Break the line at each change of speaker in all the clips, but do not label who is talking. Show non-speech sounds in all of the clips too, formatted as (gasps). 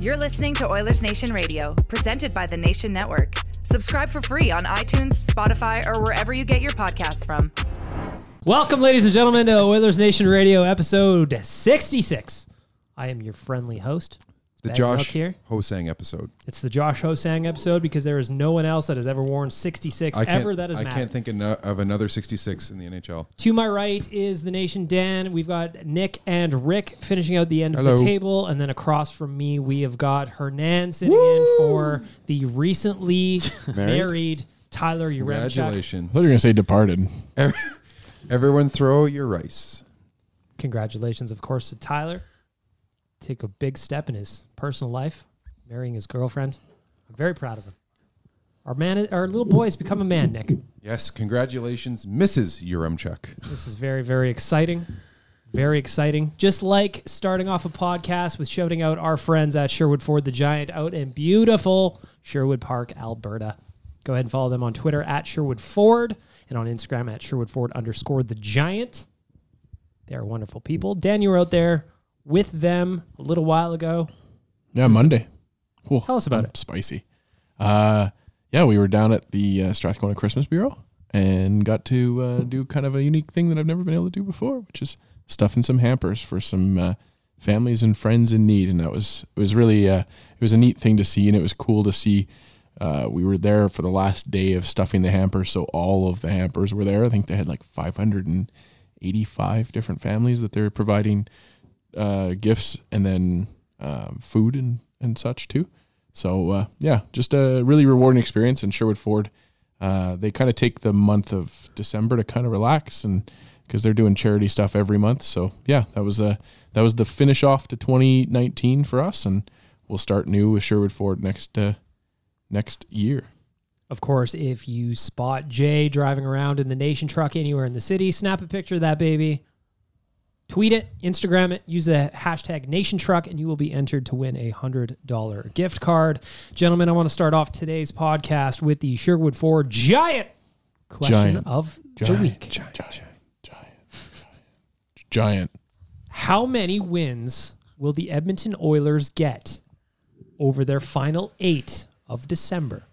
You're listening to Oilers Nation Radio, presented by the Nation Network. Subscribe for free on iTunes, Spotify, or wherever you get your podcasts from.
Welcome, ladies and gentlemen, to Oilers Nation Radio, episode 66. I am your friendly host. It's
the
Ben Hook
Josh
here.
Hosang episode.
It's the Josh Hosang episode because there is no one else that has ever worn 66
I can't,
ever that has
I
mattered.
can't think eno- of another 66 in the NHL.
To my right is the Nation Dan. We've got Nick and Rick finishing out the end of
Hello.
the table. And then across from me, we have got Hernan sitting in for the recently
(laughs)
married, Tyler Uremchuk.
Congratulations.
I thought you were gonna say departed.
Everyone throw your rice.
Congratulations, of course, to Tyler. Take a big step in his personal life, marrying his girlfriend. I'm very proud of him. Our man, our little boy has become a man, Nick.
Yes, congratulations, Mrs. Uremchuk.
This is very, very exciting. Very exciting. Just like starting off a podcast with shouting out our friends at Sherwood Ford the Giant out in beautiful Sherwood Park, Alberta. Go ahead and follow them on Twitter at Sherwood Ford and on Instagram at Sherwood Ford underscore the giant. They are wonderful people. Dan, you were out there with them a little while ago.
Yeah, Monday. Cool.
Tell us about
I'm
it.
Spicy. Uh, yeah, we were down at the uh, Strathcona Christmas Bureau and got to uh, do kind of a unique thing that I've never been able to do before, which is stuffing some hampers for some uh, families and friends in need. And that was it was really uh, it was a neat thing to see, and it was cool to see. Uh, we were there for the last day of stuffing the hampers, so all of the hampers were there. I think they had like 585 different families that they're providing uh, gifts and then um, food and, and such too. So uh, yeah, just a really rewarding experience. And Sherwood Ford, uh, they kind of take the month of December to kind of relax and because they're doing charity stuff every month. So yeah, that was a that was the finish off to 2019 for us, and we'll start new with Sherwood Ford next uh, next year.
Of course, if you spot Jay driving around in the nation truck anywhere in the city, snap a picture of that baby, tweet it, Instagram it, use the hashtag nation truck, and you will be entered to win a $100 gift card. Gentlemen, I want to start off today's podcast with the Sherwood Ford Giant question
Giant.
of
Giant,
the week.
giant, giant, giant, giant, giant.
How many wins will the Edmonton Oilers get over their final eight of December?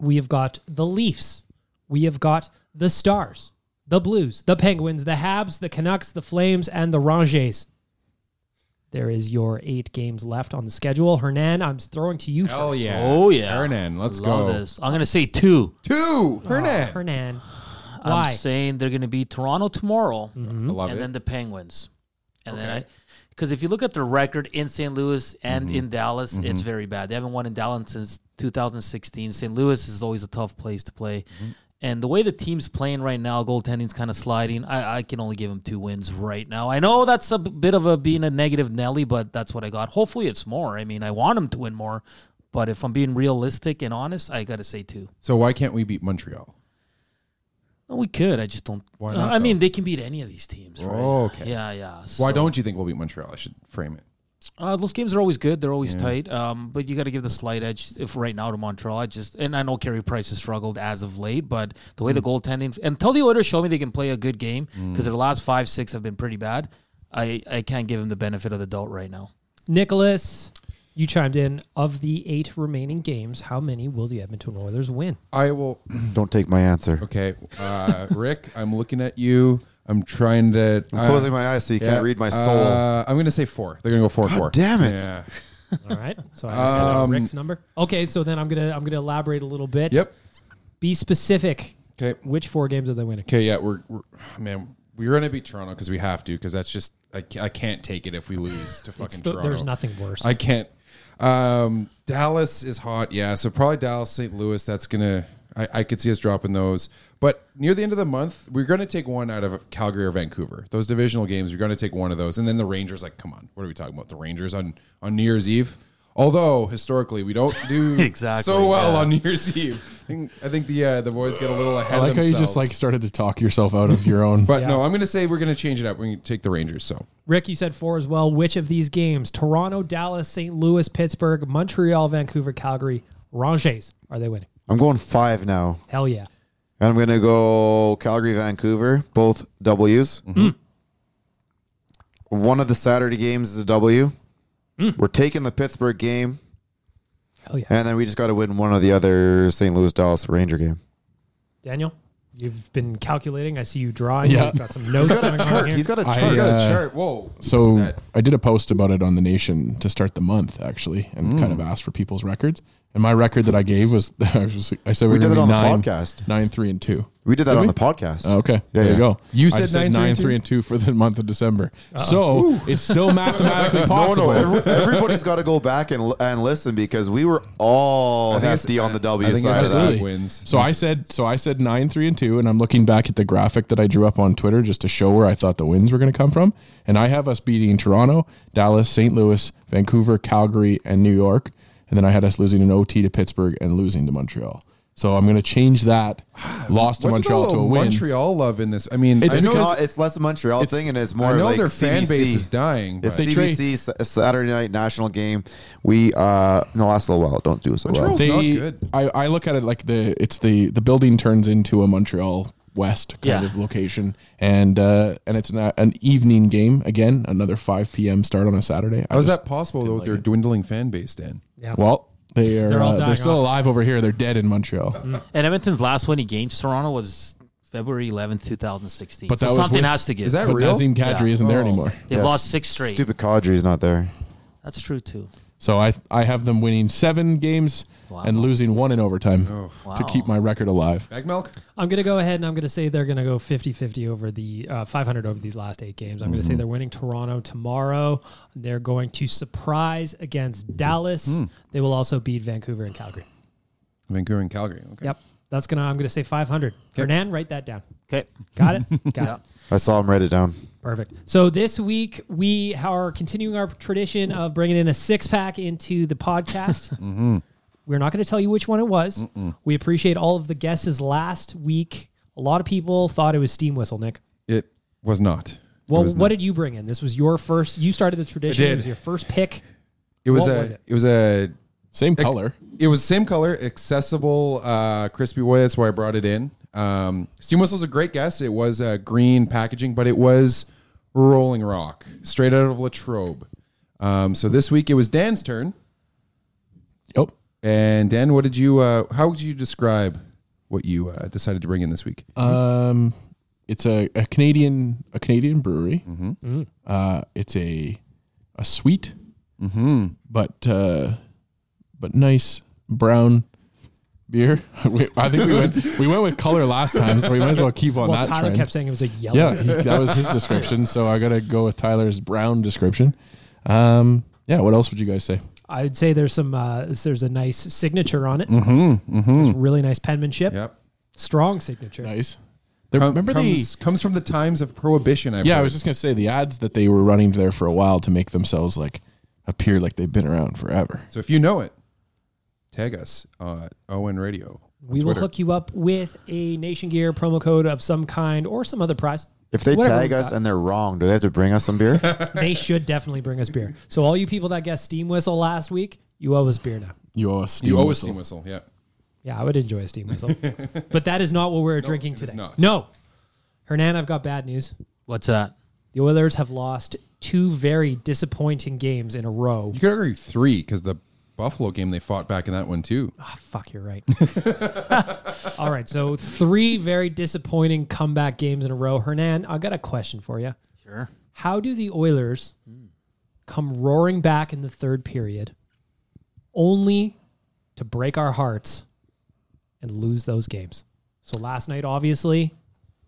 We have got the Leafs. We have got the Stars, the Blues, the Penguins, the Habs, the Canucks, the Flames, and the Rangers. There is your eight games left on the schedule. Hernan, I'm throwing to you
Hell
first.
yeah.
Oh yeah,
Hernan, let's
Love
Oh.
go.
This. Oh, I'm gonna say two.
Two. Hernan.
Oh, Hernan,
I'm
why?
saying they're gonna be Toronto tomorrow,
I love
and
it.
then the Penguins, and then I, Because if you look at their record in St. Louis and
Mm-hmm.
in Dallas, it's very bad. They haven't won in Dallas since 2016. St. Louis is always a tough place to play.
Mm-hmm.
And the way the team's playing right now, goaltending's kind of sliding. I, I can only give them two wins right now. I know that's a b- bit of a being a negative Nelly, but that's what I got. Hopefully, it's more. I mean, I want them to win more, but if I'm being realistic and honest, I got to say two.
So why can't we beat Montreal?
No, We could. I just don't.
Why not,
Uh, I mean,
though?
they can beat any of these teams. Right?
Oh, okay.
Yeah, yeah.
Why
So-
don't you think we'll beat Montreal? I should frame it.
Uh, those games are always good. They're always tight. Um, but you got to give the slight edge if right now to Montreal. I just and I know Carey Price has struggled as of late, but the way the goaltending until the Oilers show me they can play a good game because their last five six have been pretty bad. I, I can't give them the benefit of the doubt right now.
Nicholas, you chimed in. Of the eight remaining games, how many will the Edmonton Oilers win?
I will. (clears throat)
Don't take my answer.
Okay, uh, Rick, I'm looking at you. I'm trying to.
I'm closing my eyes so you can't read my soul.
Uh, I'm going to say four. They're going to go four
God
four.
damn it.
Yeah.
All right. (laughs) So I guess you'll have Rick's number. Okay, so then I'm gonna I'm gonna elaborate a little bit.
Yep.
Be specific.
Okay.
Which four games are they winning?
Okay. Yeah. We're, we're man. We're going to beat Toronto because we have to because that's just I, ca- I can't take it if we lose to fucking
It's the-
Toronto.
there's nothing worse.
I can't. Um, Dallas is hot, yeah. So probably Dallas, St. Louis. That's gonna. I, I could see us dropping those, but near the end of the month, we're gonna take one out of Calgary or Vancouver. Those divisional games, you're gonna take one of those, and then the Rangers. Like, come on, what are we talking about? The Rangers on on New Year's Eve. Although historically we don't
(laughs)
do
Exactly,
so well
yeah.
on New Year's Eve. I think, I think the uh, the boys get a little ahead.
I like
of
how
themselves.
you just like started to talk yourself out of
(laughs)
your own.
But no, I'm gonna say we're gonna change it up. We're gonna take the Rangers. So
Rick, you said four as well. Which of these games? Toronto, Dallas, St. Louis, Pittsburgh, Montreal, Vancouver, Calgary, Rangers. Are they winning?
I'm going five now.
Hell yeah.
And I'm going to go Calgary, Vancouver, both W's.
Mm-hmm. Mm.
One of the Saturday games is a W.
Mm.
We're taking the Pittsburgh game,
Hell yeah.
and then we just got to win one of the other St. Louis Dallas Ranger game.
Daniel, you've been calculating. I see you drawing.
Yeah.
You've got some notes going on here.
He's got a
I,
chart.
uh,
chart. Whoa.
So
That-
I did a post about it on the Nation to start the month actually, and kind
Mm.
of asked for people's records. And my record that I gave was (laughs) I, was, I said we,
We
were
did it
gonna
on
be
the
nine,
podcast.
nine, three, and two.
we did that
Did
on
we?
the podcast.
Oh, okay,
Yeah,
there
yeah.
you go.
You
I
said nine, three,
nine,
and
three, and two for the month of December. So it's
(laughs)
still mathematically
No,
possible.
no, every, everybody's got to go back and and listen because we were all
I think
hefty
it's-
on the
I
W
think it's
side of
absolutely.
that.
Absolutely.
wins.
So I said, so I said nine, three, and two, and I'm looking back at the graphic that I drew up on Twitter just to show where I thought the wins were going to come from, and I have us beating Toronto, Dallas, St. Louis, Vancouver, Calgary, and New York, and then I had us losing an OT to Pittsburgh and losing to Montreal. So I'm going to change that loss to
What's with all
Montreal
the
to a win.
Montreal love in this. I mean,
It's
I
It's,
know
not,
it's-
Uh, it's less a Montreal
it's-
thing and it's more
I know
like
their fan
CBC.
base is dying.
It's
but-
They
CBC Sa- Saturday night national game. We uh in the last little while don't do so well.
Montreal's- It's not
They-
good.
I, I look at it like the it's the the building turns into a Montreal West kind
Yeah.
of location, and uh, and it's an, an evening game again, another five p.m. start on a Saturday.
How is
just-
that possible though? With their dwindling fan base, Dan.
Yeah.
Well, they
They're
are. They're,
all
uh,
dying
they're still
off.
alive over here. They're dead in Montreal.
And Edmonton's last win against Toronto was February 11th, 2016.
But
so
that was
something
with-
has to give.
Is that
But
real?
Nazim Kadri
Yeah.
isn't there
Oh.
anymore.
They've
Yeah,
lost six straight.
Stupid Kadri's not there.
That's true too.
So I I have them winning seven games
Wow.
and losing one in overtime to
Wow.
keep my record alive.
Bag milk.
I'm going to go ahead and I'm going to say they're going to go 50 50 over the uh, 500 over these last eight games. I'm going to say they're winning Toronto tomorrow. They're going to surprise against Dallas. They will also beat Vancouver and Calgary.
Vancouver and Calgary. Okay.
Yep. That's going to, I'm going to say 500. Hernan, write that down.
Okay.
Got it? Got it.
I saw him write it down.
Perfect. So this week we are continuing our tradition of bringing in a six pack into the podcast. We're not going to tell you which one it was. We appreciate all of the guesses last week. A lot of people thought it was Steam Whistle, Nick.
It was not.
Well,
it was
what did you bring in? This was your first. You started the tradition. It
did.
was your first pick.
It was
what
a.
was it?
it? was a.
Same color.
It was same color, accessible, uh, crispy way. That's why I brought it in. Um, Steam whistle's a great guess. It was uh, green packaging, but it was Rolling Rock, straight out of Latrobe. Um, so this week it was Dan's turn.
Yep.
And Dan, what did you? Uh, how would you describe what you uh, decided to bring in this week?
Um, it's a, a Canadian a Canadian brewery.
Mm.
Uh, it's a a sweet, but uh, but nice brown beer. (laughs) We- I think we went we went with color last time, so we might as well keep on
well,
that
Tyler
trend.
kept saying it was a yellow.
yeah, he, that was his description. So I gotta go with Tyler's brown description. Um, yeah, what else would you guys say?
I would say there's some uh, there's a nice signature on it. Mm-hmm, It's really nice penmanship.
Yep.
Strong signature.
Nice. There,
Com-
remember the
comes, comes from the times of prohibition. I've
yeah, I
heard.
was just gonna say the ads that they were running there for a while to make themselves like appear like they've been around forever.
so if you know it, tag us uh, Owen Radio. on
We will
Twitter.
hook you up with a Nation Gear promo code of some kind or some other prize.
If they
Whatever
tag
we've
us
got.
and they're wrong, do they have to bring us some beer?
they should definitely bring us beer. So all you people that guessed Steam Whistle last week, you owe us beer now.
(laughs) You owe us. Steam
You owe us
Whistle.
steam whistle. Yeah.
Yeah, I would enjoy a Steam Whistle, but that is not what we're drinking
it is
today.
not.
No, Hernan, I've got bad news.
What's that?
The Oilers have lost two very disappointing games in a row.
You could argue three because the Buffalo game they fought back in that one too.
Ah, fuck, you're right. (laughs) All right, so three very disappointing comeback games in a row. Hernan, I got a question for you.
Sure.
How do the Oilers come roaring back in the third period only to break our hearts and lose those games? So last night, obviously,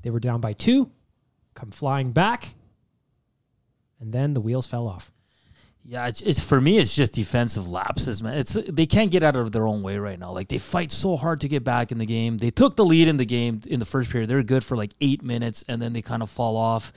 they were down by two, come flying back, and then the wheels fell off.
Yeah, it's, it's for me. It's just defensive lapses, man. It's they can't get out of their own way right now. Like they fight so hard to get back in the game. They took the lead in the game in the first period. They're good for like eight minutes, and then they kind of fall off.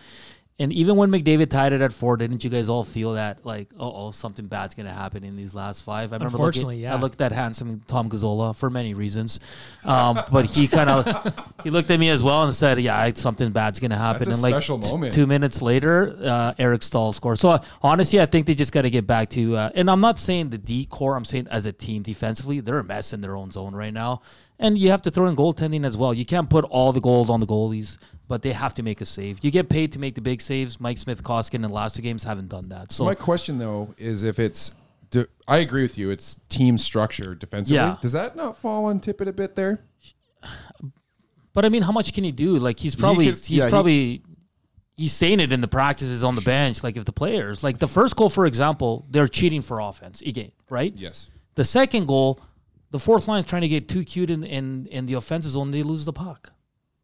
And even when McDavid tied it at four, didn't you guys all feel that like, oh, something bad's gonna happen in these last five? I remember
Unfortunately,
looking,
yeah.
I looked at handsome Tom Gazzola for many reasons, um, but he kind of (laughs) he looked at me as well and said, yeah, I- something bad's gonna happen.
That's a
and like
special
t-
moment.
two two minutes later, uh, Eric Stahl scores. So uh, honestly, I think they just got to get back to. Uh, and I'm not saying the D core. I'm saying as a team defensively, they're a mess in their own zone right now. And you have to throw in goaltending as well. You can't put all the goals on the goalies, but they have to make a save. You get paid to make the big saves. Mike Smith, Koskinen, and the last two games haven't done that. So
My question though is if it's, de- I agree with you. It's team structure defensively.
Yeah.
Does that not fall on Tippett a bit there?
But I mean, how much can he do? Like he's probably
could-
he's
yeah, he-
probably he's saying it in the practices on the bench. Like if the players like the first goal, for example, they're cheating for offense again, right?
Yes.
The second goal, the fourth line's trying to get too cute in in, in the offensive zone, they lose the puck.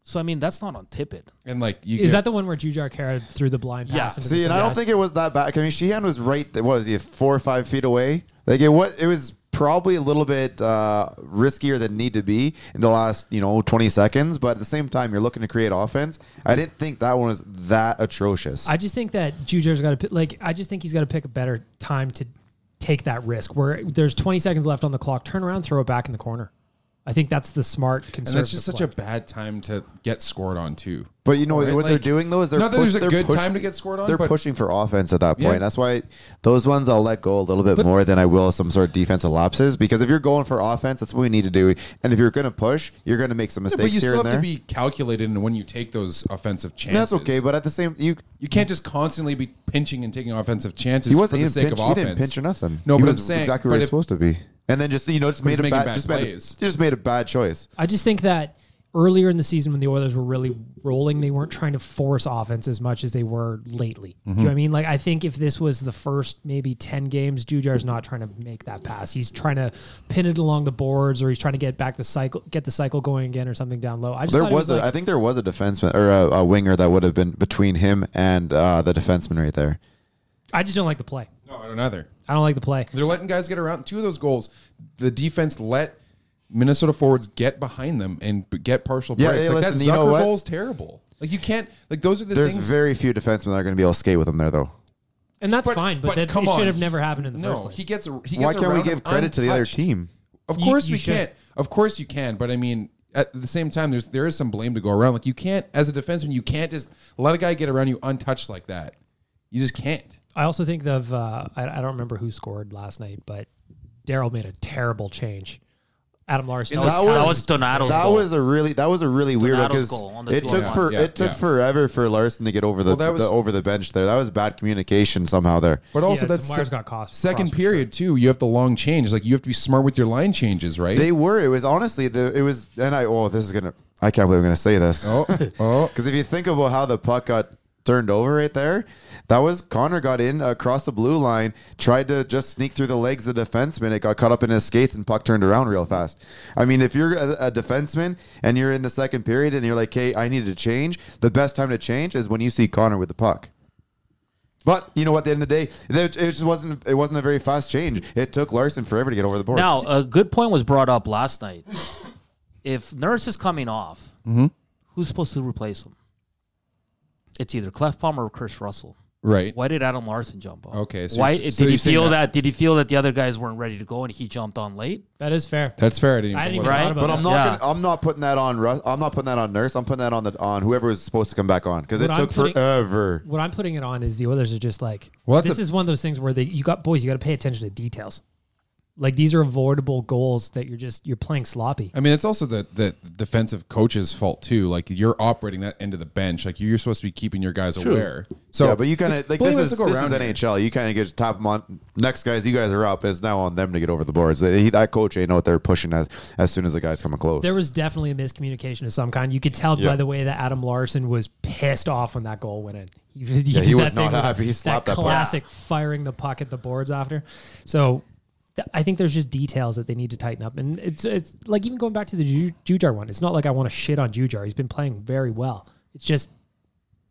So I mean, that's not on Tippett.
And like you
Is
get-
that the one where Jujar Kara threw the blind
Yeah.
pass? into the
See, and I
Sunday
don't
ice?
think it was that bad. I mean, Sheehan was right. That was he four or five feet away. Like it was. It was probably a little bit uh, riskier than need to be in the last you know 20 seconds. But at the same time, you're looking to create offense. I didn't think that one was that atrocious.
I just think that Jujar's got to like. I just think he's got to pick a better time to take that risk. Where there's 20 seconds left on the clock, turn around, throw it back in the corner. I think that's the smart conservative.
and that's just such
play.
a bad time to get scored on too.
But you know what
Right,
they're
like,
doing though is they're
not that
push-
there's a
they're
good
push-
time to get scored on,
They're
but-
pushing for offense at that point.
Yeah.
That's why those ones I'll let go a little bit more than I will some sort of defensive lapses because if you're going for offense, that's what we need to do. And if you're going to push, you're going to make some
Yeah,
mistakes
but you
here
still have
and there.
to be calculated in when you take those offensive chances.
that's okay, but at the same you
you can't just constantly be pinching and taking offensive chances
he
for
wasn't
the
even
sake
pinch,
of
he
offense.
didn't pinch or nothing.
No,
he
but
was
I'm saying
exactly where
but
he's
if-
supposed to be. And then just you know just made
he's
a
making
bad,
bad
just made a,
plays.
just made a bad choice.
I just think that earlier in the season when the Oilers were really rolling, they weren't trying to force offense as much as they were lately. Do you
Mm-hmm.
know what I mean? Like I think if this was the first maybe ten games, Jujar's not trying to make that pass. He's trying to pin it along the boards, or he's trying to get back the cycle, get the cycle going again, or something down low. I just
There
thought it
was, a,
like-
I think there was a defenseman or a, a winger that would have been between him and uh, the defenseman right there.
I just don't like the play.
No, I don't either.
I don't like the play.
They're letting guys get around. Two of those goals, the defense let Minnesota forwards get behind them and b- get partial
Yeah,
breaks.
hey,
like that
listen,
Zucker
you know what?
goal's terrible. Like you can't. Like those are the
There's
things.
very few defensemen that are going to be able to skate with him there though.
And that's fine, but, that, it should have never happened in the
no,
first place.
he gets. A, he gets
Why can't we
around
give
him
credit to the other
untouched.
team?
Of
You-
course
you
we
should.
can't. Of course you can. But I mean, at the same time, there's there is some blame to go around. Like you can't, as a defenseman, you can't just let a guy get around you untouched like that. You just can't.
I also think of uh, I, I don't remember who scored last night, but Daryl made a terrible change. Adam Larson.
That was- that was Donato's
That
goal.
was a really that was a really weird one
Donato's
because
goal on the
it took
2-on-1.
for
Yeah,
it took
yeah.
forever for Larson to get over the,
Well, that was-
the over the bench there. That was bad communication somehow there.
But also
Yeah,
that's
Tamar's got cost-
second
cost for
period too. You have the long change. Like you have to be smart with your line changes, right?
They were. It was honestly the. It was. (laughs) And I. Oh, this is gonna. I can't believe I'm gonna say this.
oh, oh.
Because if you think about how the puck got turned over right there. That was Connor got in across the blue line, tried to just sneak through the legs of the defenseman. It got caught up in his skates and puck turned around real fast. I mean, if you're a, a defenseman and you're in the second period and you're like, "Hey, I need to change," the best time to change is when you see Connor with the puck. But you know what? At the end of the day, it it just wasn't. It wasn't a very fast change. It took Larson forever to get over the boards.
Now, a good point was brought up last night. If Nurse is coming off, who's supposed to replace him? It's either Clefbaum or Chris Russell.
Right.
Why did Adam Larson jump on?
Okay, so
Why
you're
did
s- so
he
you're saying
feel that.
that-
Did he feel that the other guys weren't ready to go and he jumped on late?
That is fair.
That's fair. I didn't
I didn't even
even look.
Right,
thought about
But
that.
I'm not.
Yeah.
Gonna, I'm not putting that on. Russ, I'm not putting that on Nurse. I'm putting that on the on whoever was supposed to come back on because it
What I'm
took
putting-
forever.
what I'm putting it on is the Oilers are just like
Well, that's
this
a-
is one of those things where they you got boys, you got to pay attention to details. Like these are avoidable goals that you're just you're playing sloppy.
I mean, it's also the, the defensive coach's fault too. Like you're operating that end of the bench. Like you're supposed to be keeping your guys aware. So,
yeah, but you kind of like
blame
this
has
is
to
this
go
is
around here.
NHL. You kind of get top them on next guys. You guys are up. It's now on them to get over the boards. He, that coach ain't know what they're pushing as as soon as the guys come close.
There was definitely a miscommunication of some kind. You could tell by
Yeah.
the way that Adam Larson was pissed off when that goal went in. (laughs) He, he did
he was
that thing
not
with
happy. He slapped that puck.
classic firing the puck at the boards after. So th- I think there's just details that they need to tighten up. And it's it's like even going back to the Ju- Jujar one. It's not like I want to shit on Jujar. He's been playing very well. It's just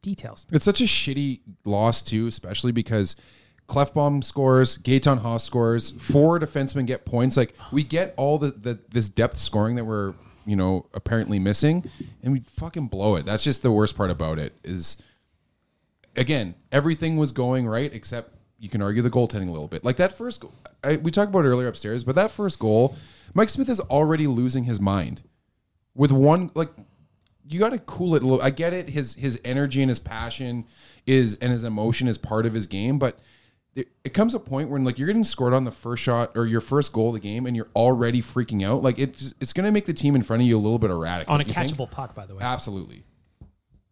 details.
It's such a shitty loss too, especially because Clefbaum scores, Gaetan Haas scores, four defensemen get points. Like we get all the, the this depth scoring that we're you know apparently missing, and we fucking blow it. That's just the worst part about it. Is again everything was going right except you can argue the goaltending a little bit. Like that first, go- I, we talked about it earlier upstairs, but that first goal, Mike Smith is already losing his mind with one like you got to cool it a little. I get it. His his energy and his passion is and his emotion is part of his game, but it, it comes a point when like you're getting scored on the first shot or your first goal of the game, and you're already freaking out. Like it's it's going to make the team in front of you a little bit erratic
On a
don't you think?
catchable puck, by the way.
Absolutely.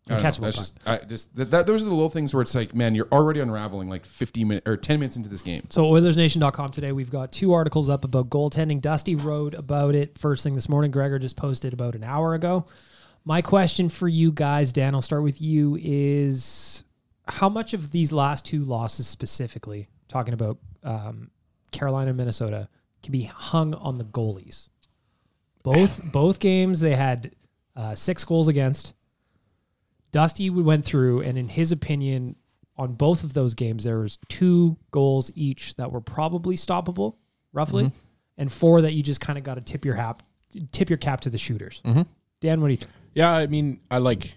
A
I don't know.
catchable
That's
puck.
just, I just that, that. Those are the little things where it's like, man, you're already unraveling like 50 minutes or 10 minutes into this game.
So OilersNation.com today, we've got two articles up about goaltending. Dusty wrote about it first thing this morning. Gregor just posted about an hour ago. My question for you guys, Dan, I'll start with you, is how much of these last two losses specifically, talking about um, Carolina and Minnesota, can be hung on the goalies? Both both games they had uh, six goals against. Dusty went through, and in his opinion, on both of those games, there was two goals each that were probably stoppable, roughly,
Mm-hmm.
and four that you just kind of got to tip your hat, tip your cap to the shooters.
Mm-hmm.
Dan, what do you think?
Yeah, I mean, I like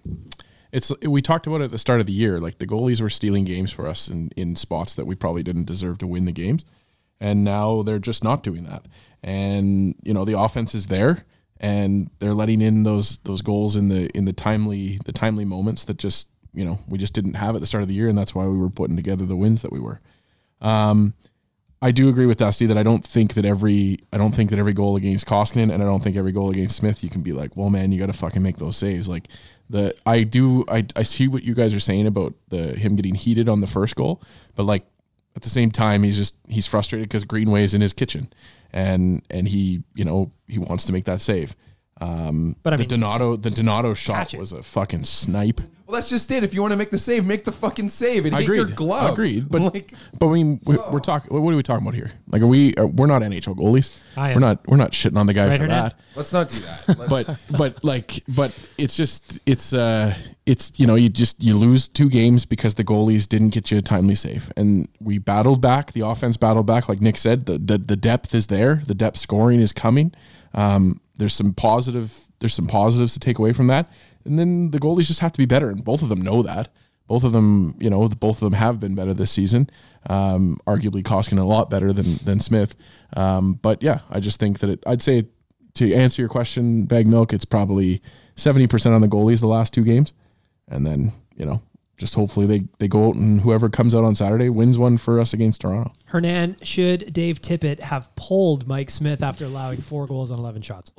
it's. We talked about it at the start of the year. Like the goalies were stealing games for us in in spots that we probably didn't deserve to win the games, and now they're just not doing that. And you know the offense is there, and they're letting in those those goals in the in the timely the timely moments that just you know we just didn't have at the start of the year, and that's why we were putting together the wins that we were. I do agree with Dusty that I don't think that every I don't think that every goal against Koskinen and I don't think every goal against Smith you can be like, well, man, you got to fucking make those saves. Like the I do I I see what you guys are saying about the him getting heated on the first goal, but like at the same time he's just he's frustrated because Greenway's in his kitchen, and and he you know he wants to make that save. Um,
But I
the
mean,
Donato the Donato shot
catch it.
was a fucking snipe.
Well, that's just it. If you want to make the save, make the fucking save and hit your glove.
Agreed. But
(laughs) like, oh.
but I mean, we, we're talking. What are we talking about here? Like, are we? Are, we're not NHL goalies.
I am.
We're not. We're not shitting on the guy
Right,
for
Hernan?
that.
let's not
(laughs)
do that.
(laughs)
Let's-
But but like but it's just it's uh it's you know you just you lose two games because the goalies didn't get you a timely save and we battled back the offense battled back like Nick said the the, the depth is there the depth scoring is coming um, there's some positive there's some positives to take away from that and then the goalies just have to be better and both of them know that both of them, you know, both of them have been better this season. Um, arguably, Koskinen a lot better than than Smith. Um, but yeah, I just think that it, I'd say to answer your question, bag milk, it's probably seventy percent on the goalies the last two games, and then you know, just hopefully they they go out and whoever comes out on Saturday wins one for us against Toronto.
Hernan, should Dave Tippett have pulled Mike Smith after allowing four goals on 11 shots?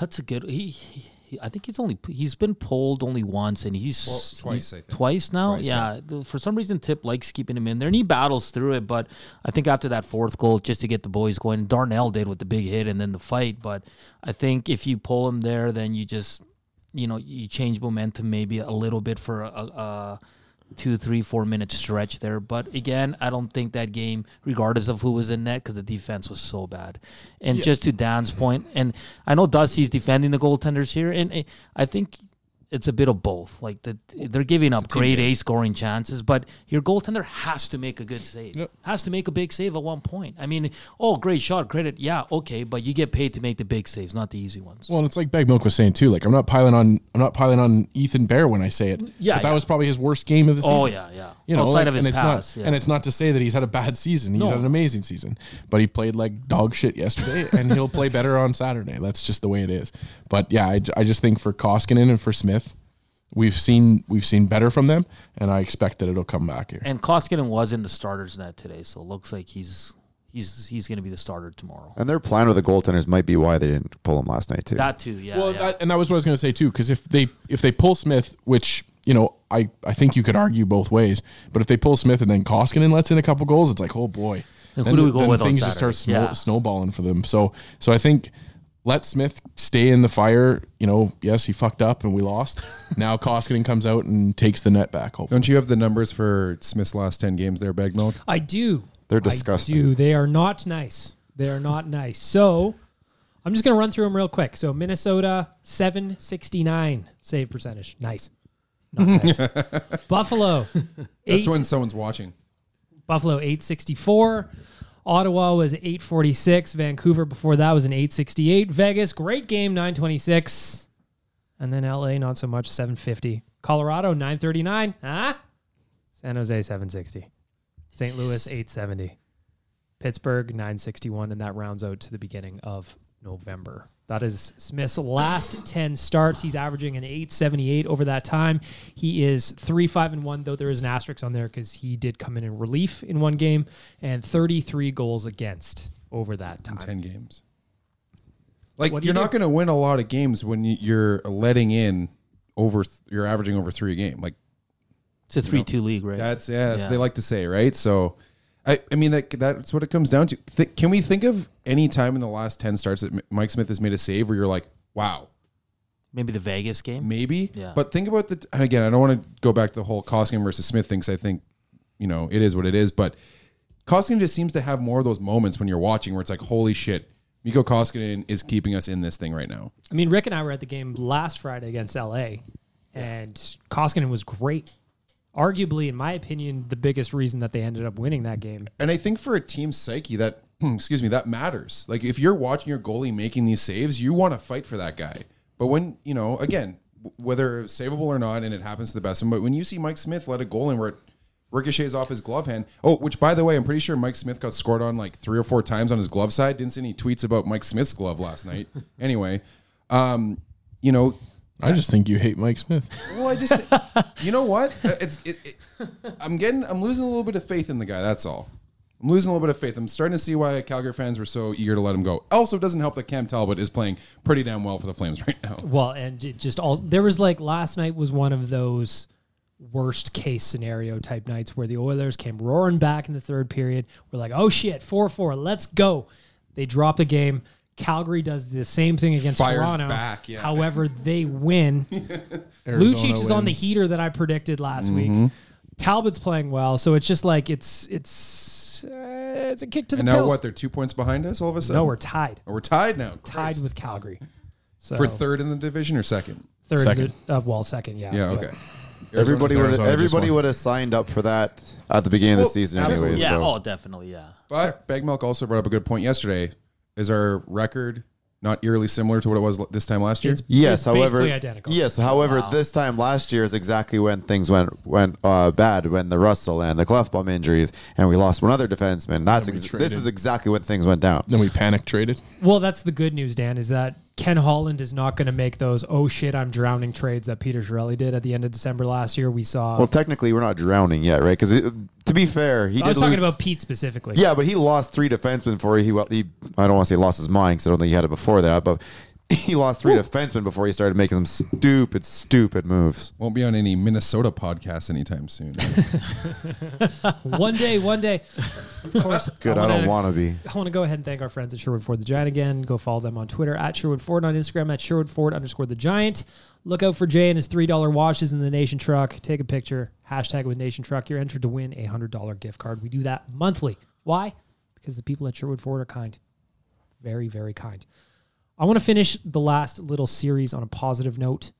That's a good. He, he, he- I think he's only he's been polled only once, and he's
twice,
he's
I think.
twice now. yeah, The- for some reason Tip likes keeping him in there, and he battles through it. But I think after that fourth goal, just to get the boys going, Darnell did with the big hit and then the fight. But I think if you pull him there, then you just you know you change momentum maybe a little bit for a. a, a two, three, four minute stretch there. But again, I don't think that game, regardless of who was in net, because the defense was so bad. And just to Dan's point, and I know Dusty's defending the goaltenders here, and eh, I think it's a bit of both. Like the, they're giving up grade A scoring chances, but your goaltender has to make a good save. Has to make a big save at one point. I mean, oh, great shot, credit, yeah, okay, but you get paid to make the big saves, not the easy ones.
Well, and it's like Bag Milk was saying too. Like I'm not piling on. I'm not piling on Ethan Bear when I say it.
Mm, Yeah,
but that
yeah.
was probably his worst game of the season.
Oh, yeah, yeah.
You know,
Outside
like-
of his
and
pass,
It's not,
yeah.
And it's not to say that he's had a bad season. He's
No.
had an amazing season, but he played like dog shit yesterday, and he'll play better on Saturday. That's just the way it is. But yeah, I, j- I just think for Koskinen and for Smith, we've seen we've seen better from them, and I expect that it'll come back here.
And Koskinen was in the starters net today, so it looks like he's he's he's going to be the starter tomorrow.
And their plan with the goaltenders might be why they didn't pull him last night too.
That too, yeah.
well,
yeah.
That, and that was what I was going to say too. Because if they if they pull Smith, which you know I I think you could argue both ways, but if they pull Smith and then Koskinen lets in a couple goals, it's like oh boy,
Then who do we go with on
Things just start
Saturday?
snow,
Yeah.
snowballing for them. So so I think. Let Smith stay in the fire. You know, yes, he fucked up and we lost. (laughs) Now Koskinen comes out and takes the net back. Hopefully,
Don't you have the numbers for Smith's last 10 games there, Bag Milk?
I do.
They're
I
disgusting.
do. They are not nice. They are not nice. So I'm just going to run through them real quick. So Minnesota, 769 save percentage. Nice. Not
(laughs)
nice. Buffalo,
That's
eight,
when someone's watching.
Buffalo, 864. Ottawa was 846. Vancouver before that was an 868. Vegas, great game, 926. And then LA, not so much, 750. Colorado, 939. Huh? San Jose, 760. St. Louis, 870. Pittsburgh, 961. And that rounds out to the beginning of November. That is Smith's
(gasps)
last 10 starts. He's averaging an 878 over that time. He is 3 5 and 1, though there is an asterisk on there because he did come in in relief in one game and 33 goals against over that time.
10 games. Like
What do
you're
you
not
do?
going to win a lot of games when you- you're letting in over th- you're averaging over 3 a game. Like
it's a three-two league, right?
that's yeah, that's
Yeah.
what they like to say, right? So I, I mean that, that's what it comes down to. Th- can we think of any time in the last 10 starts that M- Mike Smith has made a save where you're like, "Wow,
Maybe the Vegas game.
maybe.
Yeah.
But think about the and again, I don't want to go back to the whole Koskinen versus Smith thing. 'cause I think you know it is what it is. But Koskinen just seems to have more of those moments when you're watching where it's like, holy shit, Miko Koskinen is keeping us in this thing right now.
I mean, Rick and I were at the game last Friday against LA, and Koskinen was great. Arguably, in my opinion, the biggest reason that they ended up winning that game.
And I think for a team's psyche, that (clears throat) excuse me, that matters. Like if you're watching your goalie making these saves, you want to fight for that guy. But when you know, again, w- whether it's savable or not, and it happens to the best of them. But when you see Mike Smith let a goal in where it ricochets off his glove hand, oh, which by the way, I'm pretty sure Mike Smith got scored on like three or four times on his glove side. Didn't see any tweets about Mike Smith's glove last night. (laughs) anyway, um, you know,
I just think you hate Mike Smith.
well, I just, you know what? Uh, It's, it, it, I'm getting, I'm losing a little bit of faith in the guy. That's all. I'm losing a little bit of faith. I'm starting to see why Calgary fans were so eager to let him go. Also, it doesn't help that Cam Talbot is playing pretty damn well for the Flames right now.
Well, and it just all there was like last night was one of those worst case scenario type nights where the Oilers came roaring back in the third period. We're like, oh shit, 4 4, let's go. They drop the game. Calgary does the same thing against
Fires
Toronto.
back, yeah.
However, they
(laughs)
win. Lucic is on the heater that I predicted last week. Talbot's playing well, so it's just like it's it's uh, it's a kick to the
And now
pills.
what? They're two points behind us all of a sudden?
no, we're tied,
Oh, we're tied now.
tied
Christ.
with Calgary. So
For third in the division or second?
third,
Second.
Uh, well, second, yeah.
Yeah,
but-
okay.
everybody would
Arizona just
everybody
won.
would have signed up for that at the beginning of
Well,
the season
absolutely.
anyway.
yeah.
so.
Oh, definitely. Yeah.
But Bag Milk also brought up a good point yesterday. Is our record not eerily similar to what it was l- this time last year?
It's
Yes,
basically
however,
identical.
yes, however, this time last year is exactly when things went went uh, bad when the Russell and the Clefbaum injuries, and we lost one other defenseman. That's
we
ex- this
traded.
is exactly when things went down.
Then we panic traded.
Well, that's the good news, Dan, is that Ken Holland is not going to make those oh shit I'm drowning trades that Peter Shirelli did at the end of December last year. We saw.
Well, technically, we're not drowning yet, right? Because to be fair, he
I
did
was talking
lose-
about Pete specifically.
Yeah, but he lost three defensemen before he. Well, he I don't want to say lost his mind because I don't think he had it before that, but (laughs) he lost three defensemen before he started making some stupid, stupid moves.
Won't be on any Minnesota podcast anytime soon.
One day, one day. Of course.
Good, I, don't want to be.
I want to go ahead and thank our friends at Sherwood Ford the Giant again. Go follow them on Twitter at Sherwood Ford on Instagram at Sherwood Ford underscore the Giant. Look out for Jay and his three dollar washes in the Nation truck. Take a picture. hashtag with Nation Truck. You're entered to win a $100 gift card. We do that monthly. Why? Because the people at Sherwood Ford are kind. Very, very kind. I want to finish the last little series on a positive note.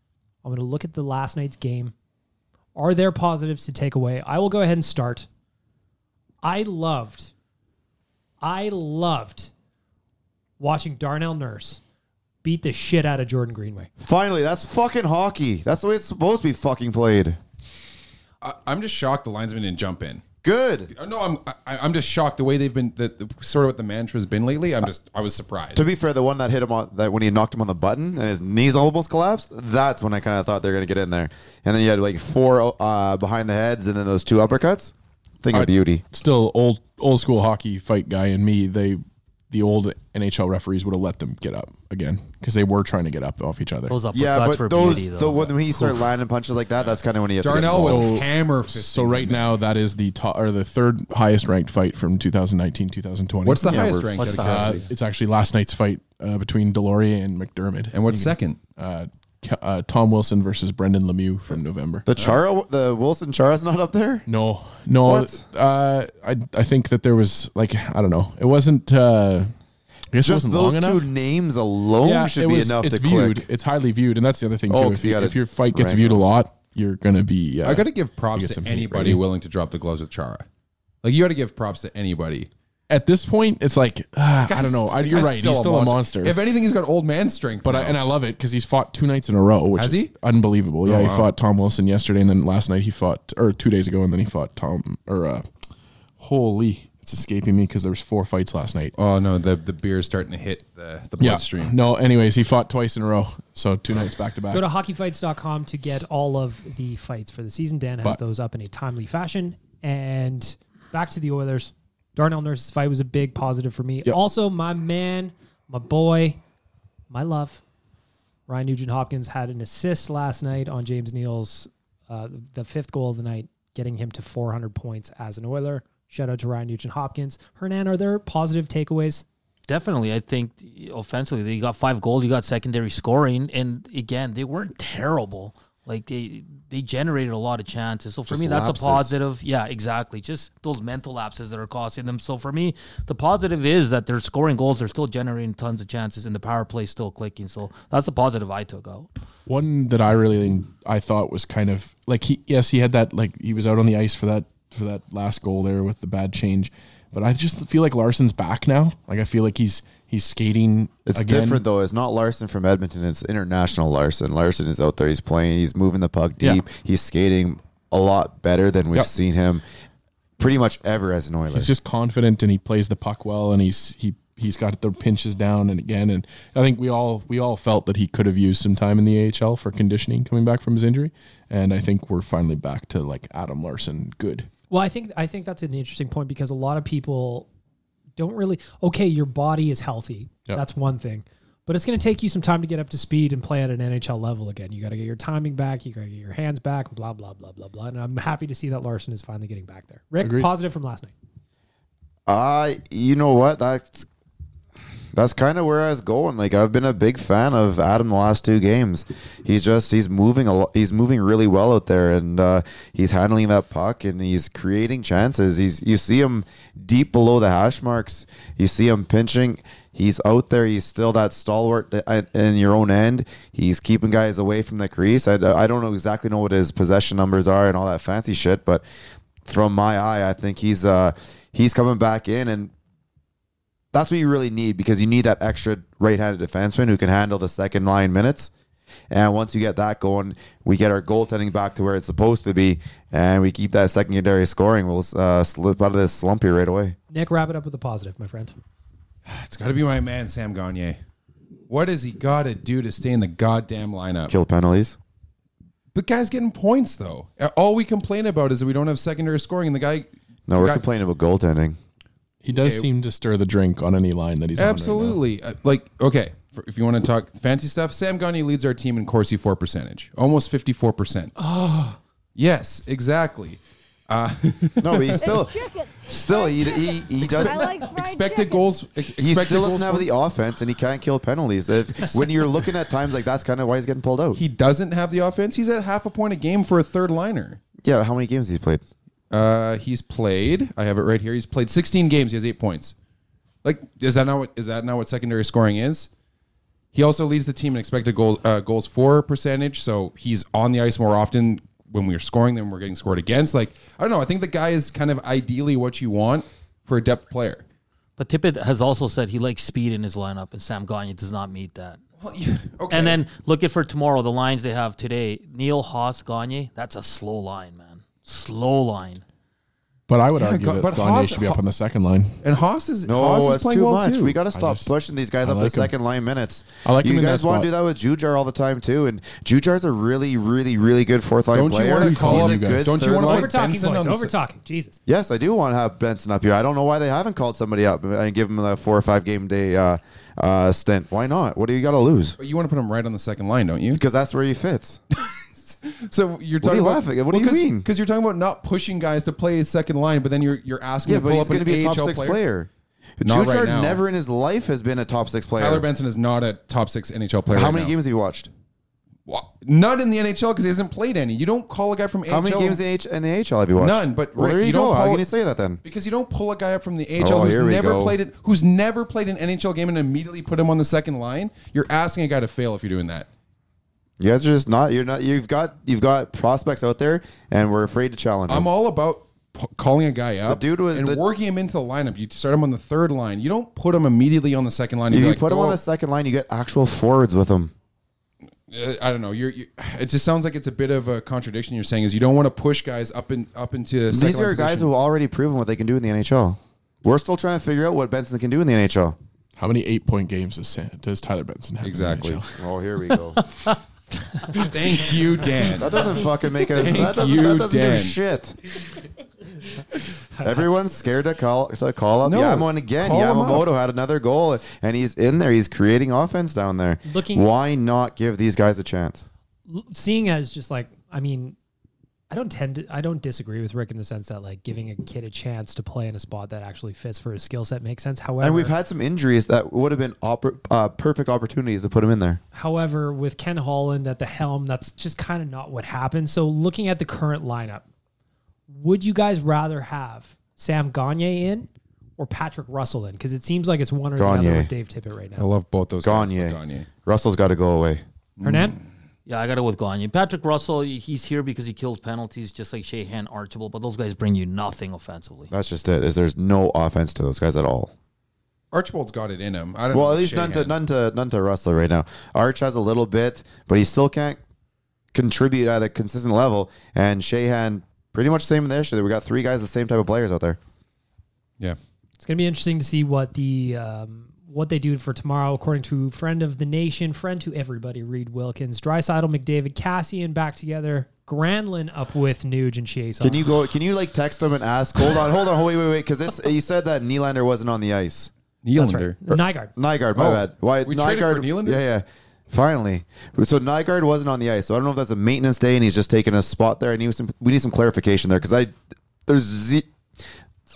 I'm going to look at the last night's game. Are there positives to take away? I will go ahead and start. I loved, I loved watching Darnell Nurse beat the shit out of Jordan Greenway.
Finally, that's fucking hockey. That's the way it's supposed to be fucking played.
I, I'm just shocked the linesman didn't jump in.
Good.
Uh, No, I'm I, I'm just shocked the way they've been the, the sort of what the mantra's been lately. I'm just I was surprised.
To be fair, the one that hit him on that when he knocked him on the button and his knees almost collapsed, that's when I kind of thought they were gonna get in there. And then you had like four uh, behind the heads, and then those two uppercuts. Thing of
I-
beauty.
Still, old old school hockey fight guy and me, they the old NHL referees would have let them get up again because they were trying to get up off each other.
Those uppercuts
Yeah,
were
but those
beauty, though.
the one when he started lining punches like that, that's kind of when he hit
Darnell was
So-
hammer.
So
fisting
right
him.
now, that is the top or the third highest ranked fight from 2019-2020.
what's the
Yeah,
highest
we're-
rank?
what's the
Uh,
Uh,
it's actually last night's fight uh, between Delorier and McDermott.
and what's
You
second?
can- Uh, Ke- uh, Tom Wilson versus Brendan Lemieux from November.
The Chara, the Wilson Chara's not up there.
No, no.
What?
Uh, I I think that there was like I don't know. It wasn't. Uh, I guess it
Just
wasn't
those
long
two
enough.
names alone should
it
be
was-
enough
It's
to
viewed.
click.
It's highly viewed, and that's the other thing
Oh,
too.
'cause
If,
you
you-
gotta
if your fight gets
rank
viewed a
them.
lot, you're gonna be. Uh,
I got to give props
get
to
some heat,
anybody
right?
willing to drop the gloves with Chara. Like you got to give props to anybody.
at this point. It's like (sighs) ah, I don't know. I, you're
Guy's
right. he's still a monster.
If anything, he's got old man strength.
but I,
now.
and I love it because he's fought two nights in a row, which
Has
is
he?
unbelievable. Yeah,
Oh,
he
wow.
fought Tom Wilson yesterday, and then last night he fought, or two days ago, and then he fought Tom. Or uh, holy, it's escaping me because there was four fights last night.
oh no, the the beer is starting to hit the the
Yeah.
bloodstream.
No. Anyways, he fought twice in a row, so two nights back to back.
Go to hockeyfights.com to get all of the fights for the season. Dan has
But-
those up in a timely fashion. And back to the Oilers. Darnell Nurse's fight was a big positive for me.
Yep.
Also, my man, my boy, my love, Ryan Nugent Hopkins had an assist last night on James Neal's uh, the fifth goal of the night, getting him to 400 points as an Oiler. Shout out to Ryan Nugent Hopkins. Hernan, are there positive takeaways?
Definitely, I think offensively they got five goals. You got secondary scoring, and again, they weren't terrible. Like they they generated a lot of chances. So for
Just
me, that's
lapses.
a positive. Yeah, exactly. Just those mental lapses that are costing them. So for me, the positive is that they're scoring goals. They're still generating tons of chances, and the power play is still clicking. So that's the positive I took out.
One that I really I thought was kind of like he yes he had that like he was out on the ice for that for that last goal there with the bad change, but I just feel like Larson's back now. Like I feel like he's he's skating.
It's
again.
different though. It's not Larson from Edmonton. It's international Larson. Larson is out there. He's playing. He's moving the puck
Yeah.
deep. He's skating a lot better than we've
Yep.
seen him pretty much ever as an Oiler.
He's just confident and he plays the puck well and he's he he's got the pinches down and again and I think we all we all felt that he could have used some time in the AHL for conditioning coming back from his injury and I think we're finally back to like Adam Larson good.
Well, I think I think that's an interesting point because a lot of people don't really okay, your body is healthy.
Yeah.
That's one thing. But it's going to take you some time to get up to speed and play at an NHL level again. You got to get your timing back, you got to get your hands back, blah blah blah blah blah. And I'm happy to see that Larson is finally getting back there. Rick,
Agreed.
positive from last night.
Uh, you know what? That's that's kind of where I was going. Like I've been a big fan of Adam the last two games. He's just he's moving a lot. He's moving really well out there, and uh, he's handling that puck and he's creating chances. He's you see him deep below the hash marks. You see him pinching. He's out there. He's still that stalwart th- at- in your own end. He's keeping guys away from the crease. I, I don't know exactly know what his possession numbers are and all that fancy shit, but from my eye, I think he's uh he's coming back in and that's what you really need because you need that extra right-handed defenseman who can handle the second line minutes. And once you get that going, we get our goaltending back to where it's supposed to be, and we keep that secondary scoring. We'll uh, slip out of this slump here right away.
Nick, wrap it up with a positive, my friend.
It's got to be my man Sam Gagne. What does he got to do to stay in the goddamn lineup?
Kill penalties.
But guy's getting points though. All we complain about is that we don't have secondary scoring, and the guy.
No, we're
Got-
complaining about goaltending.
He does seem to stir the drink on any line that he's on. right now.
Absolutely. Uh, like, okay, for- if you want to talk fancy stuff, Sam Gagne leads our team in Corsi 4 percentage, almost 54%. Oh. Yes, exactly.
No, but he still, still he he, he doesn't.
Expected goals. Ex-
He
expected
still
goals
doesn't have
for-
the offense, and he can't kill penalties. If when you're looking at times like that's kind of why he's getting pulled out.
He doesn't have the offense. He's at half a point a game for a third liner.
Yeah, how many games he's played?
Uh, he's played. I have it right here. He's played 16 games. He has eight points. Like, is that not what is that not what secondary scoring is? He also leads the team in expected goal, uh, goals for percentage. So he's on the ice more often when we're scoring than we're getting scored against. Like, I don't know. I think the guy is kind of ideally what you want for a depth player.
But Tippett has also said he likes speed in his lineup, and Sam Gagne does not meet that.
Okay.
And then look at for tomorrow the lines they have today. Neil Haas Gagne, that's a slow line, man. Slow line.
But I would argue
Ga-
that
but
Gagne
Haas-
should be up on the second line.
and Haas is
No,
Haas is
it's
playing
too
well
much.
too.
We got to stop
just-
pushing these guys
I
up to
like him.
second line minutes.
I like
you
him in
guys
that
want to do that
spot.
with Jujar all the time too, and Jujar's a really, really, really good fourth line
Don't you
player.
wanna call
He's
up-
a
you guys-
good
don't you
third
wanna
line-
Over talking,
Benson
boys.
on the
Over
s-
talking. Jesus.
Yes, I do want to have Benson up here. I don't know why they haven't called somebody up and give him a four or five game day uh, uh, stint. Why not? What do you got to lose?
But you want to put him right on the second line, don't you?
Because that's where he fits.
So you're
What are
talking
you
about
laughing at? What do you
cause,
mean?
Because you're talking about not pushing guys to play second line, but then you're you're asking.
Yeah,
to
but
pull
he's
going to
be a top six player.
Not right
Jujar
now.
never in his life has been a top six player.
Tyler Benson is not a top six NHL player.
How
right
many
now.
games have you watched?
Well, None in the NHL because he hasn't played any. You don't call a guy from
How
NHL.
many games in the H- in the AHL have you watched?
None, but
well,
Rick,
there you,
you
go.
don't
How
pull-
can you say that then?
because you don't pull a guy up from the AHL
Oh,
who's
here we
never
go.
played it, who's never played an NHL game and immediately put him on the second line. You're asking a guy to fail if you're doing that.
You guys are just not. You're not. You've got. You've got prospects out there, and we're afraid to challenge.
I'm
them.
all about p- calling a guy up
dude was-
and
the-
working him into the lineup. You start him on the third line. You don't put him immediately on the second line.
If
and
you
be like, "Oh."
put him
"Go
on the second line, you get actual forwards with him.
uh, I don't know. You're, (sighs) you it just sounds like it's a bit of a contradiction. You're saying is you don't want to push guys up and up into.
These are guys who already proven what they can do in the NHL. We're still trying to figure out what Benson can do in the NHL.
How many eight point games does, Sa- does Tyler Benson have? in the
Exactly.
NHL?
Oh, here we go.
Thank you, Dan.
that doesn't fucking make a. That doesn't,
you,
that doesn't do
Dan.
shit. Everyone's scared to call to call up
No,
Yamamoto again.
call him
Yamamoto had another goal, and he's in there. He's creating offense down there.
Looking-
Why not give these guys a chance?
L- Seeing as just like, I mean, I don't tend to, I don't disagree with Rick in the sense that like giving a kid a chance to play in a spot that actually fits for his skill set makes sense. However,
And we've had some injuries that would have been oppor- uh, perfect opportunities to put him in there.
However, with Ken Holland at the helm, that's just kind of not what happened. So, looking at the current lineup, would you guys rather have Sam Gagne in or Patrick Russell in? Because it seems like it's one or the
Gagne.
other with Dave Tippett right
I
now.
love both those
Gagne.
guys. but Gagne.
Russell's got to go away.
Hernan,
Yeah, I got to go with Gagne. Patrick Russell, he's here because he kills penalties, just like Shahan Archibald. But those guys bring you nothing offensively.
That's just it. Is there's no offense to those guys at all.
Archibald's got it in him. I don't know
Well, at
about
least none to
Shanahan.
none to none to Russell right now. Arch has a little bit, but he still can't contribute at a consistent level. And Shahan, pretty much same issue. that We got three guys, the same type of players out there.
Yeah.
it's going to be interesting to see what the um, what they do for tomorrow. According to friend of the nation, friend to everybody, Reed Wilkins, Drysidle, McDavid, Cassian back together, Granlin up with Nuge and Chase.
Can you go? Can you like text him and ask? Hold on, hold on, wait, wait, wait, because it's he said that Nylander wasn't on the ice.
That's right.
Nylander.
Nygaard.
Nygaard, my
Oh,
bad. Why
we traded for
Nygaard?
Nylander?
Yeah, yeah. Finally, so Nygaard wasn't on the ice. So I don't know if that's a maintenance day and he's just taking a spot there. I need some. We need some clarification there because I there's z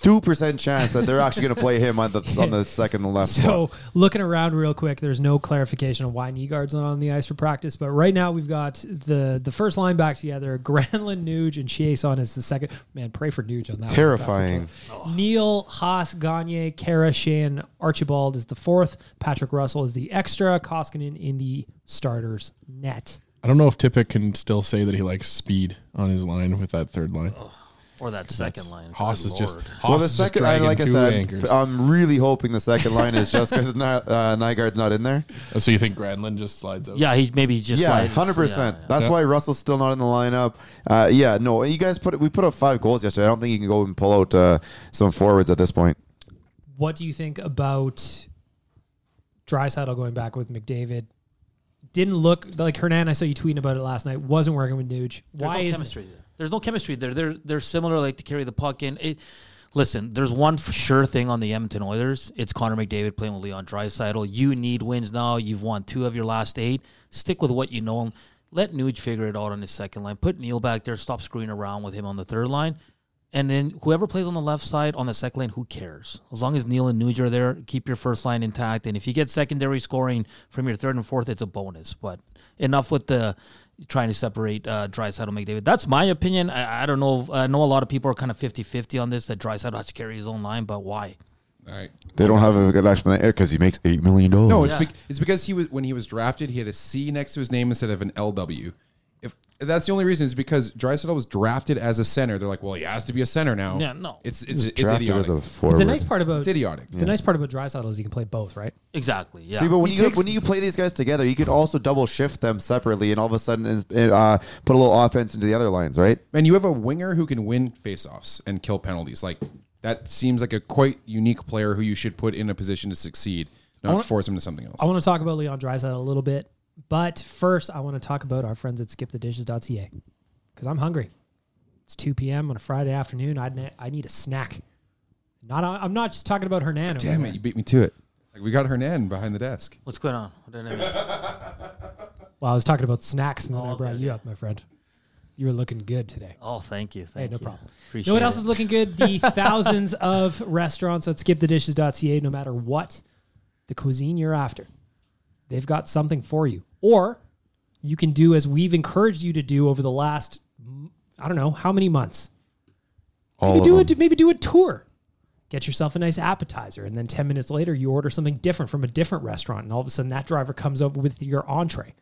two percent chance that they're actually going to play him on the on the second
(laughs)
left. (laughs)
So
spot.
looking around real quick, there's no clarification on why Nygaard's not on the ice for practice, but right now we've got the the first line back together. (laughs) Granlund, Nuge, and Chiasson is the second. Man, pray for Nuge on that. one.
Terrifying.
That's the play. Neil, Haas, Gagne, Kara, Shane, Archibald is the fourth. Patrick Russell is the extra. Koskinen in the starters net.
I don't know if Tippett can still say that he likes speed on his line with that third line.
Or that second line.
Haas
Good
is just
lord.
Haas
well, the
is
second
just
line,
dragging
like I
two
said, uh, I'm,
anchors.
f- I'm really hoping the second line is just because uh, Nygaard's not in there.
Oh, so you think Granlund just slides out?
Yeah, he maybe just
Yeah,
like
hundred percent.
yeah, yeah.
That's why Russell's still not in the lineup. Uh, yeah, no, you guys put we put up five goals yesterday. I don't think you can go and pull out uh, some forwards at this point.
What do you think about Drysaddle going back with McDavid? Didn't look like Hernan. I saw you tweeting about it last night. Wasn't working with Nuge.
There's
Why
no
is
chemistry there? There's no chemistry there. They're they're similar, like to carry the puck in. It, listen, there's one for sure thing on the Edmonton Oilers. It's Connor McDavid playing with Leon Draisaitl. You need wins now. You've won two of your last eight. Stick with what you know. and Let Nuge figure it out on his second line. Put Neil back there. Stop screwing around with him on the third line. And then whoever plays on the left side on the second lane, who cares? As long as Neil and Nuge are there, keep your first line intact. And if you get secondary scoring from your third and fourth, it's a bonus. But enough with the trying to separate uh, Drysdale and McDavid. That's my opinion. I, I don't know. if- I know a lot of people are kind of 50-50 on this. That Drysdale has to carry his own line, but why?
All right.
They don't have a good explanation because he makes eight million dollars.
No, Oh, it's, be- it's because he was when he was drafted, he had a C next to his name instead of an LW. If that's the only reason, is because Drysdale was drafted as a center. They're like, well, he has to be a center now.
Yeah, no.
it's it's it's
drafted as
idiotic.
a forward.
The nice part about
it's idiotic.
the nice part about Drysdale is you can play both, right?
Exactly. Yeah.
See, but when
He
you
takes-
when you play these guys together, you could also double shift them separately, and all of a sudden is- uh, put a little offense into the other lines, right?
And you have a winger who can win faceoffs and kill penalties. Like that seems like a quite unique player who you should put in a position to succeed, not
wanna-
force him to something else.
I want to talk about Leon Drysdale a little bit, but first I want to talk about our friends at SkipTheDishes.ca because I'm hungry. It's 2 p.m. on a Friday afternoon. I ne- I need a snack. Not I'm not just talking about Hernando.
Damn it, you beat me to it. Like we got Hernan behind the desk.
What's going on? What did I miss?
Well, I was talking about snacks, and then I
Oh, okay,
brought you up, my friend. You were looking good today.
Oh, thank you. Thank
no
you.
problem.
Appreciate
you know what
it.
else is looking good?
(laughs)
The thousands of restaurants at skipthedishes.ca, no matter what the cuisine you're after, they've got something for you. Or you can do as we've encouraged you to do over the last, mm, I don't know, how many months? Maybe do, a, maybe do a tour. Get yourself a nice appetizer. And then 10 minutes later, you order something different from a different restaurant. And all of a sudden, that driver comes up with your entree.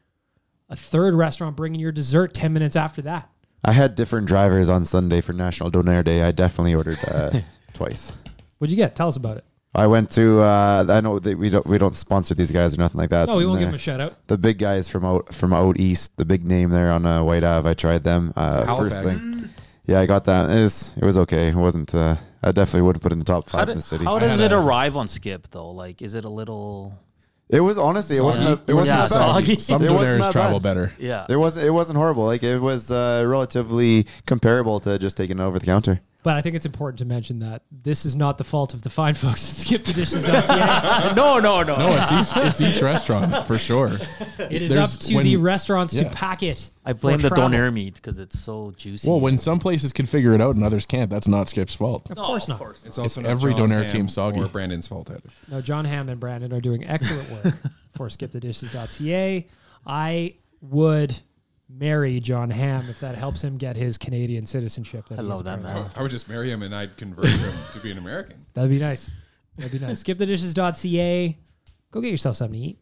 A third restaurant bringing your dessert 10 minutes after that.
I had different drivers on Sunday for National Donair Day. I definitely ordered (laughs) uh, twice.
What'd you get? Tell us about it.
I went to. Uh, I know that we don't we don't sponsor these guys or nothing like that.
No, we won't
And,
give him
uh,
a shout out.
The big guys from out from out east, the big name there on uh, White Ave. I tried them uh, first
Halifax.
Mm.
thing. Yeah, I got that. It was, it was okay. It wasn't. Uh, I definitely wouldn't put it in the top
How,
five in
did-
the city.
how
I
does
had
it
a-
arrive on Skip though? Like, is it a little?
it was honestly. It wasn't.
Soggy?
It wasn't
Yeah,
that bad.
soggy.
Some
It wasn't
donors
that
travel
bad.
better.
Yeah.
It wasn't. It wasn't horrible. Like it was uh, relatively comparable to just taking it over the counter.
But I think it's important to mention that this is not the fault of the fine folks at (laughs) skipthedishes.ca.
no, no, no.
No,
(laughs)
it's each, it's each restaurant for sure.
it is up
There's-
to
when-
the restaurants to
yeah.
pack it.
I blame
for
the
travel.
donair meat because it's so juicy.
Well, when some places can figure it out and others can't, that's not Skip's fault.
Of course not.
It's also
If
not
every
John
Donaire
Hamm
team's soggy.
or Brandon's fault either.
No, John Hamm and Brandon are doing excellent
(laughs)
work for skipthedishes.ca. I would marry John Hamm if that helps him get his Canadian citizenship. That
I
he is
love that
proud of.
man.
I would just marry him and I'd convert him to be
(laughs)
an American.
That'd be nice. That'd be nice. Skipthedishes.ca. Go get yourself something to eat.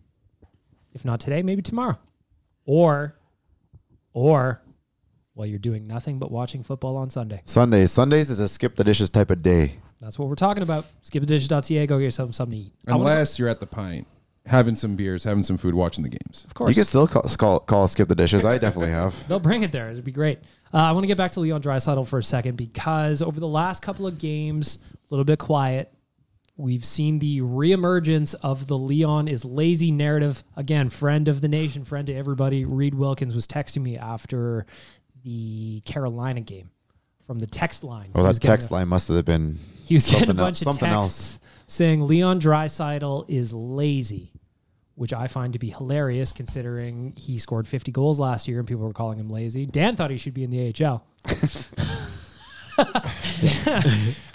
If not today, maybe tomorrow. Or, or while you're doing nothing but watching football on Sunday.
Sundays. Sundays is a skip the dishes type of day.
That's what we're talking about. Skipthedishes.ca. Go get yourself something to eat. I wanna-
Unless you're at the pint, having some beers, having some food, watching the games.
of course.
You can still call, call, call skip the dishes. I definitely have.
They'll bring it there. It'd be great. Uh, I want to get back to Leon Drysaddle for a second because over the last couple of games, a little bit quiet, we've seen the reemergence of the Leon is lazy narrative. Again, friend of the nation, friend to everybody. Reed Wilkins was texting me after the Carolina game from the text line.
Well,
He was
Oh, that
getting
text line must have been.
he was getting a
Something
bunch
else-
of
something
texts saying Leon Dreisidel is lazy, which I find to be hilarious considering he scored 50 goals last year and people were calling him lazy. Dan thought he should be in the AHL. (laughs)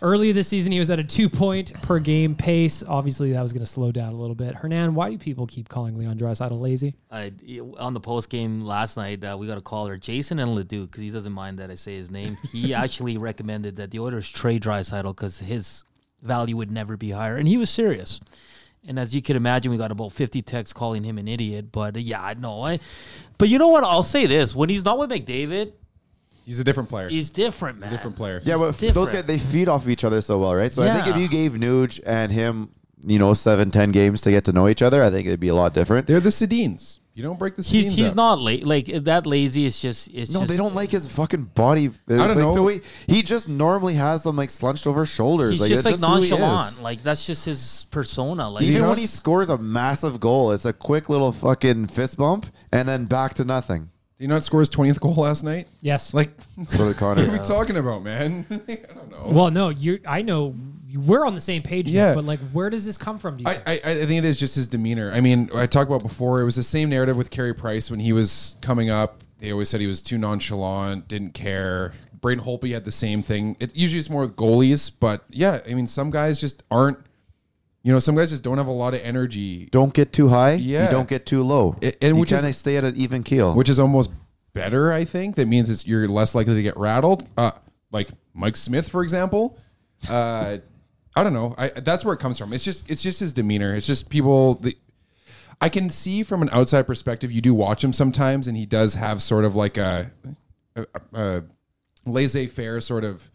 Early this season, he was at a two point per game pace. Obviously, that was going to slow down a little bit. Hernan, why do people keep calling Leon Dreisidel lazy?
I, on the post game last night, uh, we got a caller, Jason and Leduc, because he doesn't mind that I say his name. He actually recommended that the Oilers trade Drysaddle because his value would never be higher, and he was serious. And as you can imagine, we got about fifty texts calling him an idiot. But uh, yeah, I know. I, but you know what? I'll say this: when he's not with McDavid,
He's a different player.
he's different, man.
different player.
Yeah, but
different.
those guys they feed off of each other so well, right? So I think
Yeah.
if you gave Nuge and him, you know, seven ten games to get to know each other, I think it'd be a lot different.
They're the Sedines. You don't break the Sedines.
He's he's
up.
not la- like that lazy. It's just it's
no,
just,
they don't like his fucking body. I
don't know.
The way he just normally has them like slunched over shoulders.
He's
like,
just like
that's who he is.
nonchalant. Like that's just his persona. Like
Even
it's-
when he scores a massive goal, it's a quick little fucking fist bump and then back to nothing.
You know, it scores 20th goal last night.
Yes.
Like,
So did
(laughs)
Connor.
what are we talking about, man? (laughs) I don't know.
well, no, you. I know you- we're on the same page, Nick,
Yeah.
but like, where does this come from? Do you
I,
think?
I, I think it is just his demeanor. I mean, I talked about before, it was the same narrative with Carey Price when he was coming up. They always said he was too nonchalant, didn't care, Braden Holtby had the same thing. It usually it's more with goalies, but yeah, I mean some guys just aren't. You know, some guys just don't have a lot of energy,
Don't get too high.
Yeah.
You don't get too low.
It- and
you
which is-
kind of stay at an even keel.
which is almost better. I think that means it's, you're less likely to get rattled. Uh, like Mike Smith, for example. Uh, I don't know. I, that's where it comes from. It's just it's just his demeanor. It's just people. The, I can see from an outside perspective. You do watch him sometimes, and he does have sort of like a, a, a laissez faire sort of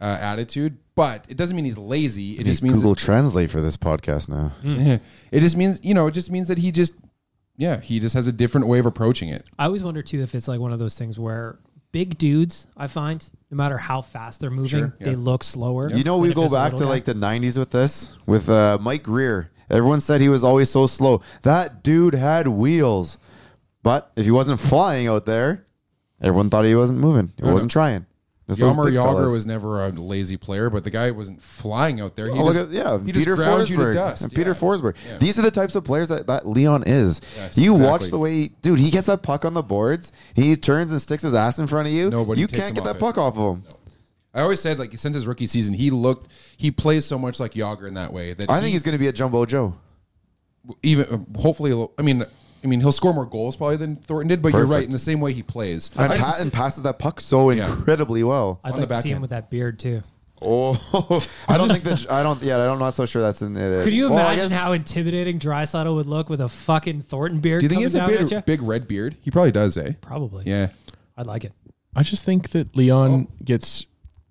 uh, attitude. But it doesn't mean he's lazy. It just means that-
Google Translate for this podcast now.
it just means you know. It just means that he just yeah. He just has a different way of approaching it.
I always wonder too if it's like one of those things where big dudes, I find, no matter how fast they're moving,
Sure, yeah.
they look slower.
You know,
than
we
if
go
it's a
back to
little guy.
like the '90s with this, with uh, Mike Greer. Everyone said he was always so slow. That dude had wheels, but if he wasn't flying out there, everyone thought he wasn't moving. He wasn't trying. Just those
Mm-hmm. Yammer
big
Yager
fellas.
was never a lazy player, but the guy wasn't flying out there. He
Oh,
just,
look at, yeah,
he
Peter
just grounds
Forsberg.
you to dust.
And
yeah.
Peter Forsberg. These are the types of players that, that Leon is.
Yes,
you
exactly.
watch the way, dude. He gets that puck on the boards. He turns and sticks his ass in front of you.
Nobody
you
takes
can't
him
get
off
that
it.
puck off of him.
I always said like since his rookie season, he looked he plays so much like Yager in that way that
I think
he-
he's going to be a jumbo Joe.
even hopefully. a little- I mean, I mean he'll score more goals probably than Thornton did, but you're right
Perfect.
in the same way he plays.
And,
I just-
pa- and passes that puck so
Yeah.
incredibly well.
(laughs)
I'd
on
like
the
to
back
see him
end.
with that beard too.
Oh, (laughs) I don't think that. I don't. Yeah, I'm not so sure that's in there.
Could you
Well, I
imagine
guess-
how intimidating Drysaddle would look with a fucking Thornton beard?
do you think he
coming
has a
down at ya?
big, big red beard? He probably does, eh?
Probably.
Yeah.
I'd like it.
I just think that
Oh.
Leon gets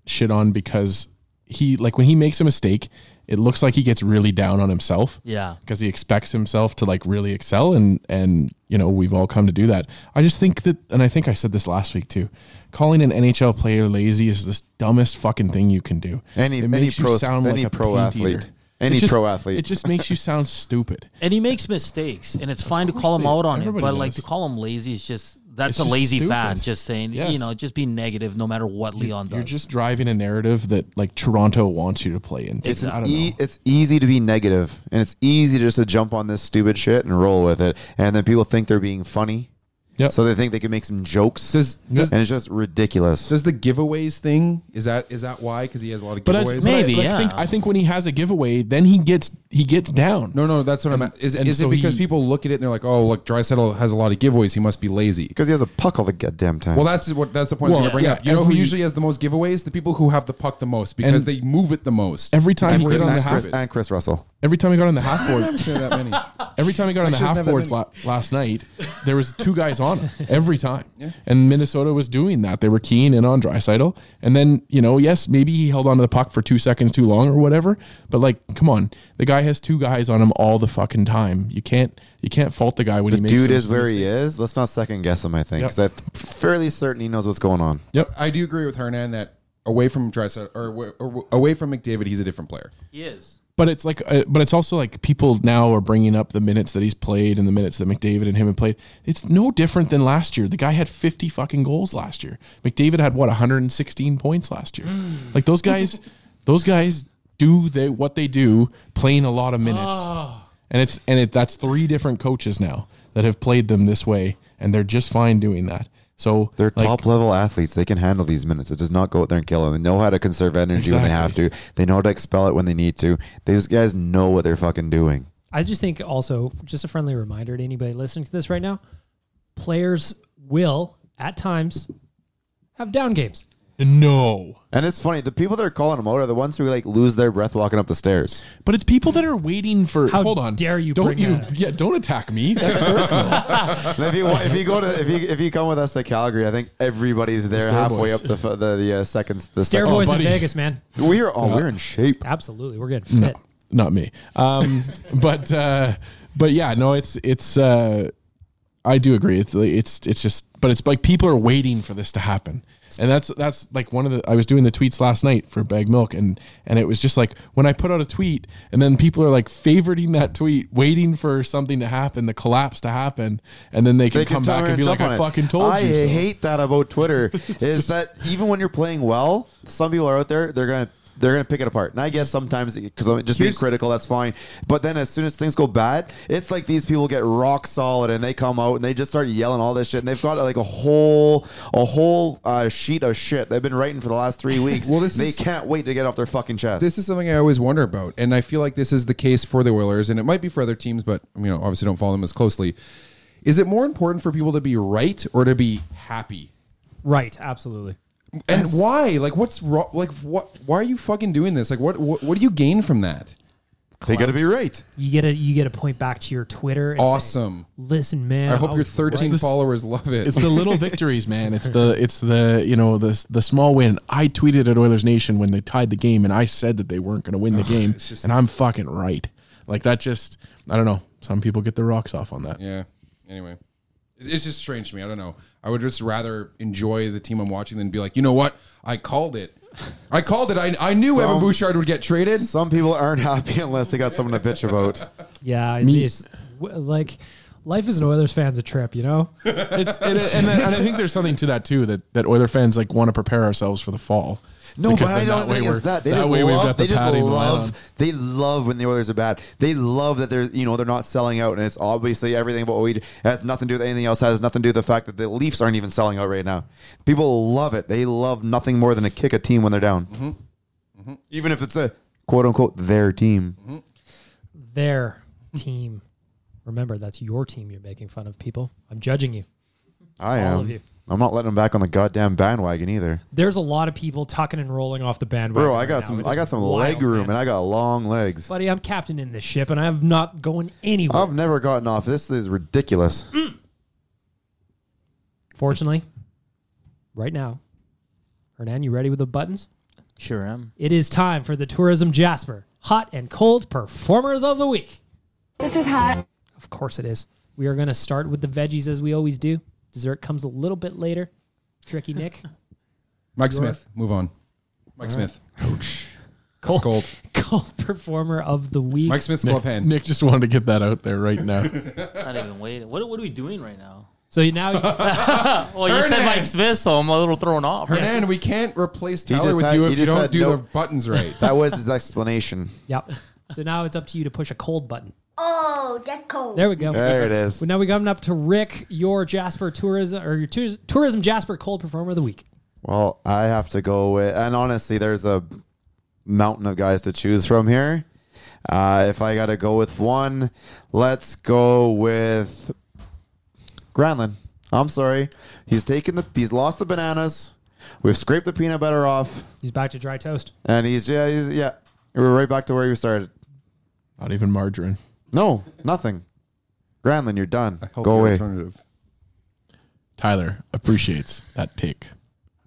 shit on because he like when he makes a mistake, it looks like he gets really down on himself.
Yeah.
Because he expects himself to like really excel and and you know, we've all come to do that. I just think that and I think I said this last week too. Calling an NHL player lazy is this dumbest fucking thing you can do.
Any- any pro- any pro
paint eater.
athlete. Any
It just-
pro athlete.
It just makes you sound stupid.
And he makes mistakes, and it's fine (laughs) to
course
call him
they-
out on it.
everybody
But like
does.
to call him lazy is just that's
It's
a
just
lazy
stupid.
fad. Just saying, you
Yes.
know, just be negative no matter what Leon does.
You're just driving a narrative that like Toronto wants you to play in.
It's
I
an
don't know.
e- it's easy to be negative, and it's easy just to jump on this stupid shit and roll with it, and then people think they're being funny,
Yep.
so they think they can make some jokes,
Does- does-
and it's just ridiculous.
Does the giveaways thing is that is that why? Because he has a lot of
But I,
giveaways.
but I-
Maybe,
but I
yeah.
think I think when he has a giveaway, then he gets he gets down.
no, no, that's what I'm. At. Is,
and
is
so
it because
he-
people look at it and they're like, "Oh, look, Drysaddle has a lot of giveaways. He must be lazy."
Because he has a puck all the goddamn time.
Well, that's what that's the point I was
Well,
going to bring
yeah,
up. You know who
every-
usually has the most giveaways? The people who have the puck the most because
And-
they move it the most.
Every time he
Everyone
get on the
has
and,
half,
Chris,
habit.
and Chris Russell.
every time he got on the half board,
There are that many.
every time he got on the
doesn't
half
have that
boards
many.
la- last night, there was two guys on him every time, and Minnesota was doing that. They were keen in on Drysital, and then you know, yes, maybe he held onto the puck for two seconds too long or whatever, but like, come on, the guy has two guys on him all the fucking time. You can't you can't fault the guy when
The
he makes
dude
some
is where he is. Let's not second guess him. I think
Yep.
because I'm fairly certain he knows what's going on.
I do agree with Hernan that away from Drysdale or, wa- or away from McDavid, he's a different player.
he is.
But it's like, uh, but it's also like people now are bringing up the minutes that he's played and the minutes that McDavid and him have played. It's no different than last year. The guy had 50 fucking goals last year. McDavid had what 116 points last year.
Mm.
Like
(laughs)
those guys, those guys do they what they do, playing a lot of minutes.
Oh.
And it's and it that's three different coaches now that have played them this way, and they're just fine doing that. So
They're
like,
top level athletes. They can handle these minutes. It does not go out there and kill them. They know how to conserve energy when they have
Exactly.
to. They know how to expel it when they need to. These guys know what they're fucking doing.
I just think also just a friendly reminder to anybody listening to this right now: players will at times have down games.
No,
And it's funny. The people that are calling him out are the ones who like lose their breath walking up the stairs.
But it's people that are waiting for.
How
hold on,
dare you
Don't
bring
you?
that up.
Yeah, don't attack me.
(laughs)
That's personal.
And if you if you go to if you if you come with us to Calgary, I think everybody's there
Stairboys.
halfway up the f- the the uh, second the
Stair
oh,
second.
boys in
buddy.
Vegas,
(laughs)
man.
We're oh we're in shape.
Absolutely, we're getting fit.
not me. Um, (laughs) but uh, but yeah, no, it's it's. Uh, I do agree. It's like- it's it's just, but it's like people are waiting for this to happen, and that's that's like one of the. I was doing the tweets last night for Bag Milk, and and it was just like when I put out a tweet, and then people are like favoriting that tweet, waiting for something to happen, the collapse to happen, and then they can
They can
come
turn
back
around
and be like,
jump
"I
on it.
fucking told
I
you." so." (laughs)
hate that about Twitter is that even when you're playing well, some people are out there. They're gonna they're going to pick it apart. And I guess sometimes because I'm just being
Here's-
critical, that's fine. But then as soon as things go bad, it's like these people get rock solid and they come out and they just start yelling all this shit. And they've got like a whole a whole uh, sheet of shit they've been writing for the last
(laughs)
three weeks.
Well, this
they
is-
can't wait to get off their fucking chest.
This is something I always wonder about, and I feel like this is the case for the Oilers, and it might be for other teams, but you know, obviously, don't follow them as closely. Is it more important for people to be right or to be happy?
Right, absolutely.
And why? Like, what's wrong? Like, what? Why are you fucking doing this? Like, what? What, what do you gain from that?
they got to be right.
You get a you get a point back to your Twitter. And say,
Awesome.
Listen, man.
I hope your
was
13
right."
followers love it.
It's the
(laughs)
little victories, man. It's the it's the you know the the small win. I tweeted at Oilers Nation when they tied the game, and I said that they weren't going to win the game, and I'm fucking right. Like that, just I don't know. Some people get their rocks off on that.
Yeah. Anyway, It- it's just strange to me. I don't know. I would just rather enjoy the team I'm watching than be like, you know what? I called it. I called it. I, I knew Evan
Some-
Bouchard would get traded.
Some people aren't happy (laughs) unless they got something to bitch about.
Yeah, it's, it's w- like life as an Oilers fan's a trip, you
(laughs)
know.
It's and, and, and I think there's something to that too. That that Oiler fans like want to prepare ourselves for the fall.
No,
Because
but I
then
don't
way
think
we're-
it's that. They
that
just
way we've
love.
got the
They just
padding to land on.
love. They love when the Oilers are bad. They love that they're you know they're not selling out, and it's obviously everything about we has nothing to do with anything else. Has nothing to do with the fact that the Leafs aren't even selling out right now. People love it. They love nothing more than to kick a team when they're down,
Mm-hmm.
even if it's a quote unquote their team.
Mm-hmm.
Their team. Remember, that's your team. You're making fun of people. I'm judging you.
I
All
am.
of you.
I'm not letting them back on the goddamn bandwagon either,
There's a lot of people tucking and rolling off the bandwagon.
bro. I
right
got
now.
some.
It
I
is
got some
wild,
leg room,
man.
and I got long legs.
buddy, I'm captain in this ship, and I'm not going anywhere.
I've never gotten off. This is
(laughs)
ridiculous.
Fortunately, right now, Hernan, you ready with the buttons?
Sure am.
It is time for the Tourism Jasper Hot and Cold Performers of the Week.
This is hot.
Of course it is. We are going to start with the veggies as we always do. Dessert comes a little bit later.
(laughs)
Tricky Nick.
Mike Smith, move on. Mike Smith.
Cold,
Cold.
(laughs) cold Performer of the Week.
Mike Smith's glove hand.
Nick just wanted to get that out there right now.
Not even waiting. What, what are we doing right now?
So now,
(laughs) Well, you said
Hernan.
Mike Smith, so I'm a little thrown off.
Hernan, we can't replace Tyler
just
with
had-
you
he
if you
just
don't
had
do
no-
the buttons right.
That was his explanation.
yeah. So now it's up to you to push a cold button.
Oh, that's cold.
There we go.
There it is.
Well, now we're coming up to Rick, your Jasper Tourism or your Tour- Tourism Jasper Cold Performer of the Week.
Well, I have to go with, and honestly, there's a mountain of guys to choose from here. Uh, if I got to go with one, let's go with Granlund. I'm sorry, he's taken the, he's lost the bananas. We've scraped the peanut butter off,
He's back to dry toast.
and he's yeah, he's, yeah. We're right back to where we started.
Not even margarine.
No, nothing. Granlund, you're done.
Healthy
Go away.
alternative.
Tyler appreciates that take.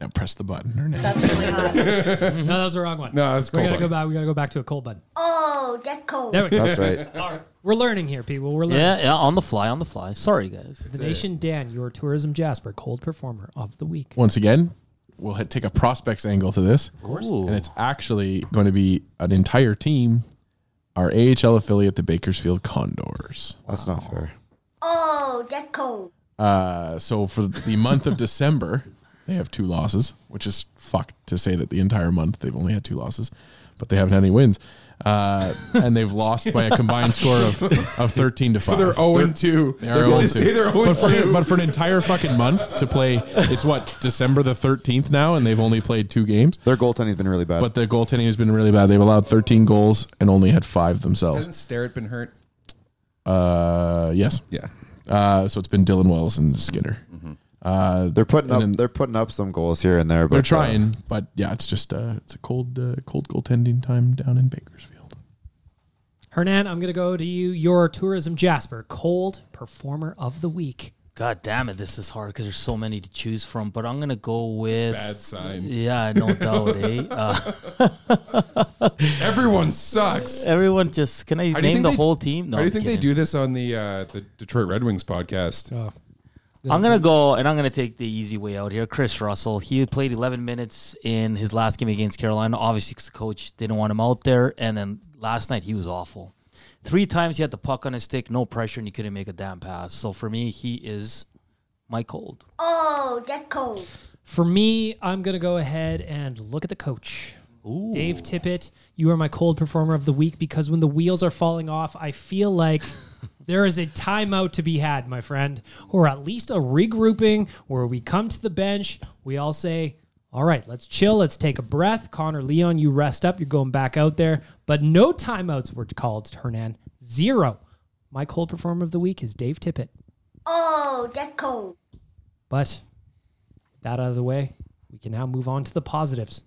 Now press the button, Hernan.
Mm-hmm.
No, that was the wrong one.
No, that's
we
cold
gotta go
button.
back. We gotta go back to a cold button.
Oh, that's cold.
There we go.
That's right.
All right. We're learning here, people. We're learning.
Yeah, yeah, on the fly, on the fly. Sorry, guys.
The Nation Dan, your Tourism Jasper Cold Performer of the Week.
Once again, we'll hit, take a prospects angle to this.
Ooh.
and it's actually going to be an entire team. Our AHL affiliate, the Bakersfield Condors.
That's not fair.
Oh, that's cold.
Uh, so for the month of December, they have two losses, which is fucked to say that the entire month they've only had two losses, but they haven't had any wins. Uh, and they've lost by a combined score of, of 13 to 5.
They're 0 and 2.
They are 0
just say they're 0
but, for,
2.
but for an entire fucking month to play, it's what, December the 13th now, and they've only played two games.
Their goaltending's been really bad.
But their goaltending has been really bad. They've allowed 13 goals and only had five themselves.
Hasn't Starrett been hurt?
Uh, yes.
Yeah.
Uh, so it's been Dylan Wells and Skinner.
Mm-hmm.
Uh,
they're putting up
then-
they're putting up some goals here and there, but
they're
uh,
trying, but yeah, it's just uh, it's a cold, uh, cold goaltending time down in Bakersfield.
Hernan, I'm gonna go to you, your Tourism Jasper Cold Performer of the Week.
God damn it, this is hard because there's so many to choose from. But I'm gonna go with
Bad sign.
yeah, no doubt. Eh?
(laughs)
Uh, (laughs)
Everyone sucks.
everyone just can I
How do you
name
think
the
they-
whole team?
How do you
I'm
think they
kidding. Uh,
do this on the uh, the Detroit Red Wings podcast?
I'm gonna go and I'm gonna take the easy way out here. Chris Russell, he played 11 minutes in his last game against Carolina. Obviously, 'cause the coach didn't want him out there, and then last night he was awful. Three times he had the puck on his stick, no pressure, and he couldn't make a damn pass. So for me, he is my cold.
Oh, that's cold.
For me, I'm gonna go ahead and look at the coach. Dave Tippett, you are my cold performer of the week because when the wheels are falling off, I feel like there is a timeout to be had, my friend, or at least a regrouping where we come to the bench, we all say, all right, let's chill, let's take a breath. Connor Leon, you rest up, you're going back out there. But no timeouts were called, Hernan. Zero. My cold performer of the week is Dave Tippett.
Oh, that's cold.
But with that out of the way, we can now move on to
(laughs)
the positives.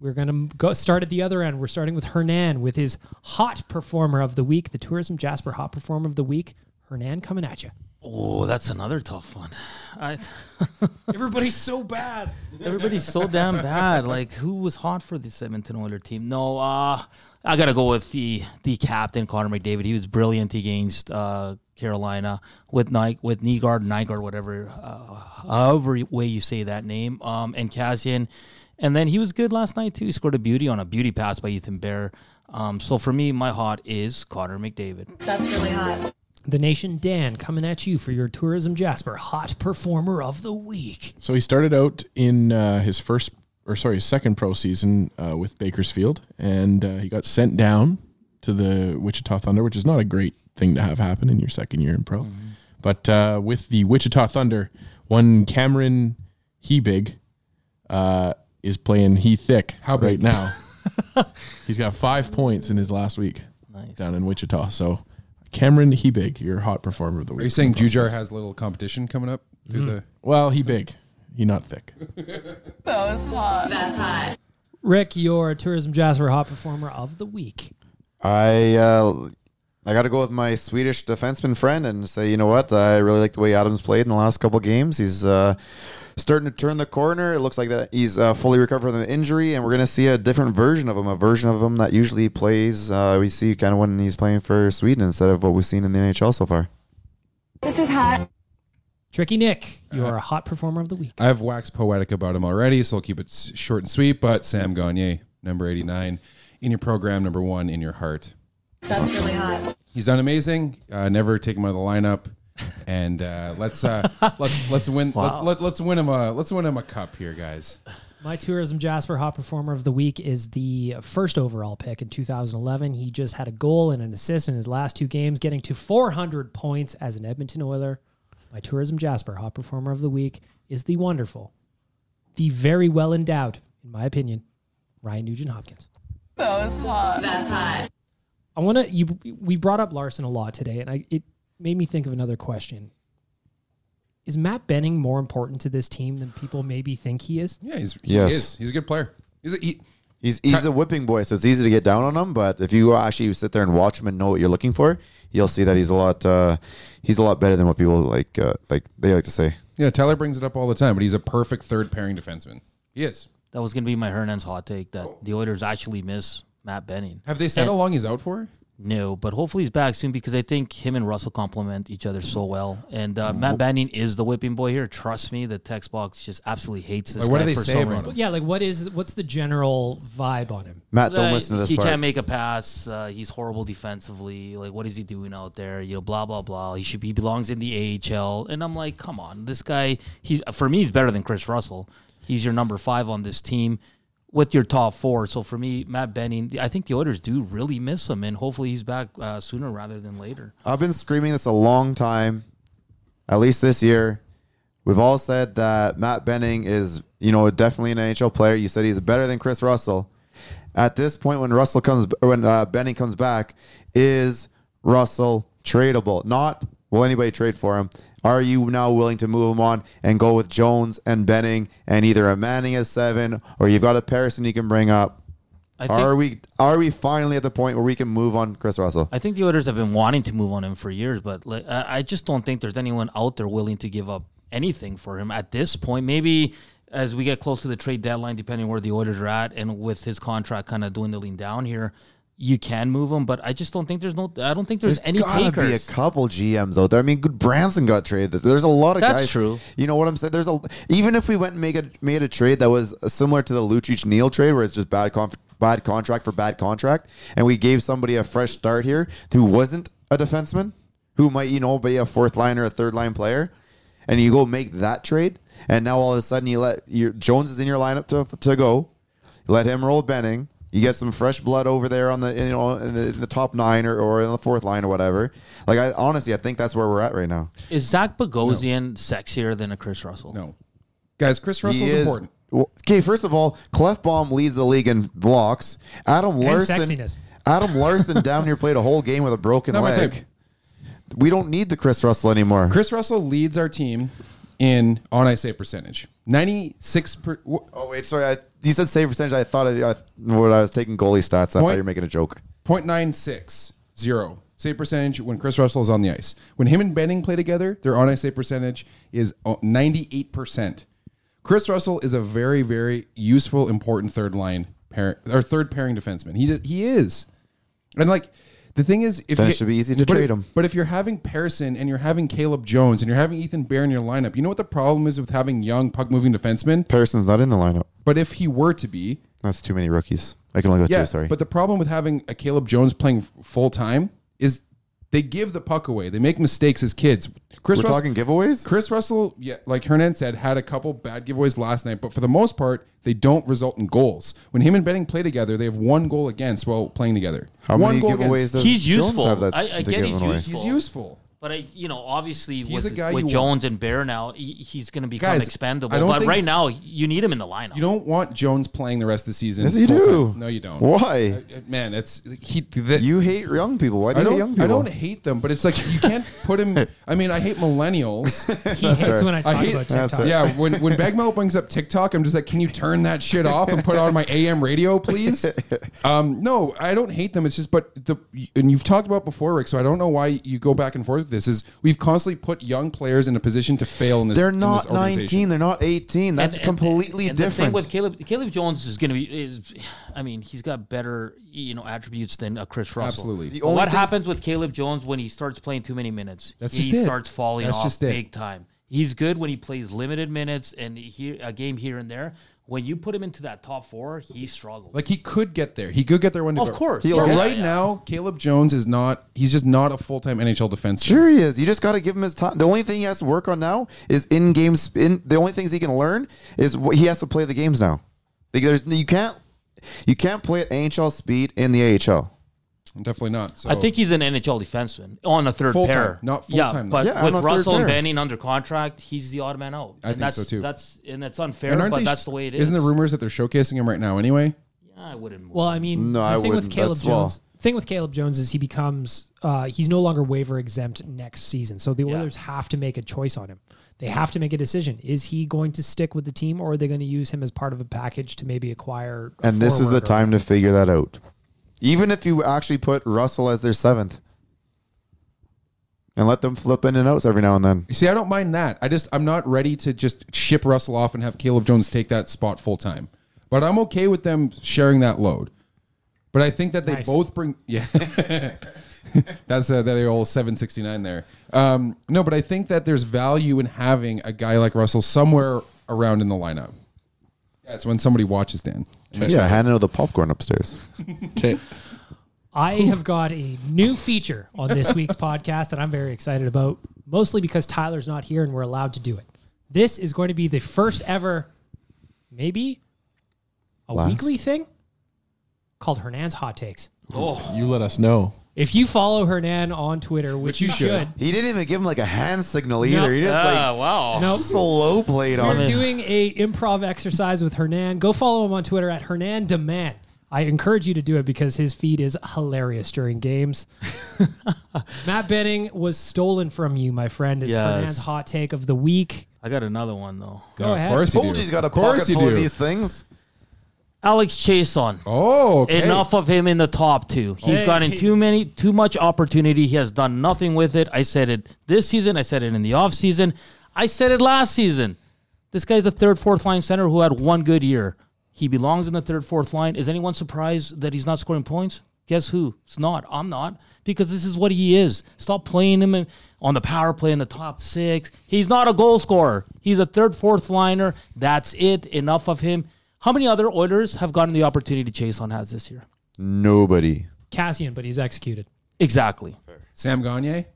We're going to go start at the other end. We're starting with Hernan with his hot performer of the week, the Tourism Jasper hot performer of the week. Hernan coming at you.
Oh, that's another tough one. I, (laughs)
Everybody's so bad.
everybody's so damn bad. Like, who was hot for this Edmonton Oilers team? No, uh, I gotta go with the the captain Connor McDavid. He was brilliant against uh, Carolina with Nike with Nygaard, Nygaard, whatever, uh, however way you say that name, um, and Cassian. And then he was good last night too. He scored a beauty on a beauty pass by Ethan Bear. Um, so for me, my hot is Connor McDavid.
The Nation Dan coming at you for your Tourism Jasper hot performer of the week.
So he started out in uh, his first, or sorry, his second pro season uh, with Bakersfield, and uh, he got sent down to the Wichita Thunder, which is not a great thing to have happen in your second year in pro.
Mm-hmm.
But uh, with the Wichita Thunder, one Cameron Hebig uh, is playing He Thick
How
right
big?
now.
(laughs)
He's got five points in his last week down in Wichita. So Cameron Hebig, your hot performer of the week.
Are you saying Jujar has little competition coming up to the?
Well, he big. He not thick.
Rick, your Tourism Jasper hot performer of the week.
I uh, I got to go with my Swedish defenseman friend and say, you know what? I really like the way Adams played in the last couple games. He's uh, starting to turn the corner. It looks like that he's uh, fully recovered from the injury, and we're going to see a different version of him, a version of him that usually plays. Uh, we see kind of when he's playing for Sweden instead of what we've seen in the NHL so far.
This is hot.
Tricky Nick, you
Uh-huh.
are a hot performer of the week.
I've waxed poetic about him already, so I'll keep it s- short and sweet. But Sam Gagne, number eighty-nine, in your program, number one in your heart.
That's really hot.
He's done amazing. Uh, never take him out of the lineup, and uh, let's uh, (laughs) let's let's win let's, let, let's win him a let's win him a cup here, guys.
My tourism Jasper hot performer of the week is the first overall pick in 2011. He just had a goal and an assist in his last two games, getting to 400 points as an Edmonton Oiler. My tourism Jasper hot performer of the week is the wonderful, the very well endowed, in my opinion, Ryan Nugent Hopkins. That was hot. That's hot. I want to. You, we brought up Larson a lot today, and I, it made me think of another question. Is Matt Benning more important to this team than people maybe think he is?
Yeah, he's
Yes.
he is. he's a good player. He's a, he,
He's he's a whipping boy, so it's easy to get down on him. But if you actually sit there and watch him and know what you're looking for, you'll see that he's a lot uh, he's a lot better than what people like uh, like they like to say.
yeah. Tyler brings it up all the time, but he's a perfect third pairing defenseman. He is.
That was gonna be my Hernan's hot take that the Oilers actually miss Matt Benning.
Oh. Have they said
And-
how long he's out for?
No, but hopefully he's back soon because I think him and Russell complement each other so well. And uh, Matt Banning is the whipping boy here. Trust me, the text box just absolutely hates this
Like, what
guy
do they
for
say
some
about
reason.
him?
Yeah, like what is what's the general vibe on him?
Matt, don't
Uh,
listen to this
He
part.
can't make a pass. Uh, he's horrible defensively. Like, what is he doing out there? You know, blah blah blah. He should be he belongs in the AHL. And I'm like, come on, this guy. He's for me, he's better than Chris Russell. He's your number five on this team with your top four. So for me, Matt Benning, I think the Oilers do really miss him, and hopefully he's back uh, sooner rather than later.
I've been screaming this a long time, at least this year. We've all said that Matt Benning is, you know, definitely an NHL player. You said he's better than Chris Russell. At this point, when Russell comes, when uh, Benning comes back, is Russell tradable? Not will anybody trade for him? Are you now willing to move him on and go with Jones and Benning and either a Manning as seven or you've got a Person you can bring up?
I think,
Are we are we finally at the point where we can move on Chris Russell?
I think the Oilers have been wanting to move on him for years, but like, I I just don't think there's anyone out there willing to give up anything for him at this point. Maybe as we get close to the trade deadline, depending where the Oilers are at, and with his contract kind of dwindling down here, you can move him. But I just don't think there's no. I don't think there's, any
gotta be a
takers.
couple GMs out there. I mean, good Branson got traded. There's a lot of
That's
guys.
true.
You know what I'm saying? There's a even if we went and make a made a trade that was similar to the Lucic Neal trade, where it's just bad conf, bad contract for bad contract, and we gave somebody a fresh start here who wasn't a defenseman, who might you know be a fourth line or a third line player, and you go make that trade, and now all of a sudden you let your Jones is in your lineup to to go. Let him roll Benning. You get some fresh blood over there on the you know in the, in the top nine or, or in the fourth line or whatever. Like I honestly, I think that's where we're at right now.
Is Zach Bogosian sexier than a Chris Russell?
No. Guys, Chris Russell's
He is-
important.
Well, Okay, first of all, Clefbaum leads the league in blocks. Adam Larson,
sexiness.
Adam Larson down near played a whole game with a broken
Not my
leg.
type.
We don't need the Chris Russell anymore.
Chris Russell leads our team in on ice save percentage. 96 per, wh-
Oh wait, sorry. I, you said save percentage. I thought I, I, when I was taking goalie stats, I thought
Point-
you were making a joke.
0.960 save percentage when Chris Russell is on the ice. When him and Benning play together, their on ice save percentage is uh, 98%. Chris Russell is a very, very useful, important third line pair or third pairing defenseman. He just, he is, and like the thing is, if
Then
you-
it should be easy to
but
trade
if-
him.
But if you're having Pearson and you're having Caleb Jones and you're having Ethan Bear in your lineup, you know what the problem is with having young puck moving defensemen.
Pearson's not in the lineup.
But if he were to be,
That's too many rookies. I can only go
yeah,
two. Sorry,
But the problem with having a Caleb Jones playing full time is they give the puck away. They make mistakes as kids. Chris
we're
Russell,
talking giveaways.
Chris Russell, yeah, like Hernan said, had a couple bad giveaways last night, but for the most part, they don't result in goals. When him and Benning play together, they have one goal against while playing together.
How
one
many
goal
giveaways
against.
does
He's
Jones
useful.
have that's
I- I
to
get
give
he's
away?
useful.
He's useful.
But I, you know, obviously
He's a
with,
guy
with
you
Jones and Bear now, he- he's going to become
Guys,
expendable.
I don't
But
think-
right now, you need him in the lineup.
You don't want Jones playing the rest of the season.
Yes, you
full-time.
do.
No, you don't.
Why?
Uh, Man, it's he. The,
You hate young people. Why do
I
you hate young
don't.
people?
I don't hate them, but it's like you can't put him. I mean, I hate millennials.
(laughs) He hates when I talk
hate-
about
that's
TikTok.
it.
Yeah, when when Bagmel brings up TikTok, I'm just like, can you turn that shit off and put on my AM radio, please? Um, no, I don't hate them. It's just, but the and you've talked about before, Rick. So I don't know why you go back and forth with this. Is we've constantly put young players in a position to fail in this.
They're
in this
not
organization.
19. They're not 18. That's
And- and-
completely
and the thing
different.
with Caleb, Caleb Jones is going to be. Is, I mean, he's got better you know attributes than a uh, Chris Russell.
Absolutely. The
But
only
what
thing-
happens with Caleb Jones when he starts playing too many minutes?
That's
he
just it.
starts falling
That's
off
just it.
big time. He's good when he plays limited minutes and here a game here and there. When you put him into that top four, he struggles.
Like he could get there. He could get there one day.
Of
but-
course.
But
He'll get
right
there.
now, Caleb Jones is not. He's just not a full time NHL defenseman.
Sure, he is. You just got to give him his time. The only thing he has to work on now is in games. In the only things he can learn is what he has to play the games now. Like, there's you can't you can't play at NHL speed in the AHL.
Definitely not. So
I think he's an NHL defenseman on a third
Full-time,
pair,
not
Yeah,
full-time, though.
but
Yeah,
with
on a third
Russell and
pair.
Benning under contract, he's the odd man out.
I
and
think
that's,
so, too.
That's and that's unfair,
And aren't
but
they-
that's the way it is.
Isn't the rumors that they're showcasing him right now? Anyway,
Yeah, I wouldn't. Move.
Well, I mean,
No,
the
I
thing with
wouldn't.
Caleb
That's well.
Jones. Thing with Caleb Jones is he becomes uh, he's no longer waiver exempt next season. So the Oilers have to make a choice on him. They have to make a decision. Is he going to stick with the team, or are they going to use him as part of a package to maybe acquire? a
And this is the
forward or-
time to figure that out. Even if you actually put Russell as their seventh, and let them flip in and outs every now and then.
You See, I don't mind that. I just I'm not ready to just ship Russell off and have Caleb Jones take that spot full time. But I'm okay with them sharing that load. But I think that they
Nice.
both bring yeah. That's uh, the old 769 there. Um, no, but I think that there's value in having a guy like Russell somewhere around in the lineup. Yeah, it's when somebody watches Dan.
Yeah, handing out the popcorn upstairs.
Okay.
I have got a new feature on
(laughs)
this week's podcast that I'm very excited about, mostly because Tyler's not here and we're allowed to do it. This is going to be the first ever, maybe a
Last.
weekly thing called Hernan's Hot Takes.
You let us know.
If you follow Hernan on Twitter, which,
Which you
you should,
He didn't even give him like a hand signal either. He just
ah,
like
wow.
no,
slow played on
we're
it.
doing a improv exercise with Hernan. Go follow him on Twitter at Hernan Demand. I encourage you to do it because his feed is hilarious
(laughs)
during games. Matt Benning was stolen from you, my friend. Is
Yes.
Hernan's hot take of the week?
I got another one though.
Go
of
ahead.
course you
Told
do.
you he's got a
of course
pocket
you
full
do.
of these things.
Alex Chason.
Oh, okay.
Enough of him in the top two. He's
Hey.
gotten too many, too much opportunity. He has done nothing with it. I said it this season. I said it in the off season. I said it last season. This guy's the third, fourth line center who had one good year. He belongs in the third, fourth line. Is anyone surprised that he's not scoring points? Guess who? It's not. I'm not because this is what he is. Stop playing him in- on the power play in the top six. He's not a goal scorer. He's a third, fourth liner. That's it. Enough of him. How many other Oilers have gotten the opportunity Chase on has this year?
Nobody.
Cassian, but he's executed.
Exactly.
Sam Gagne.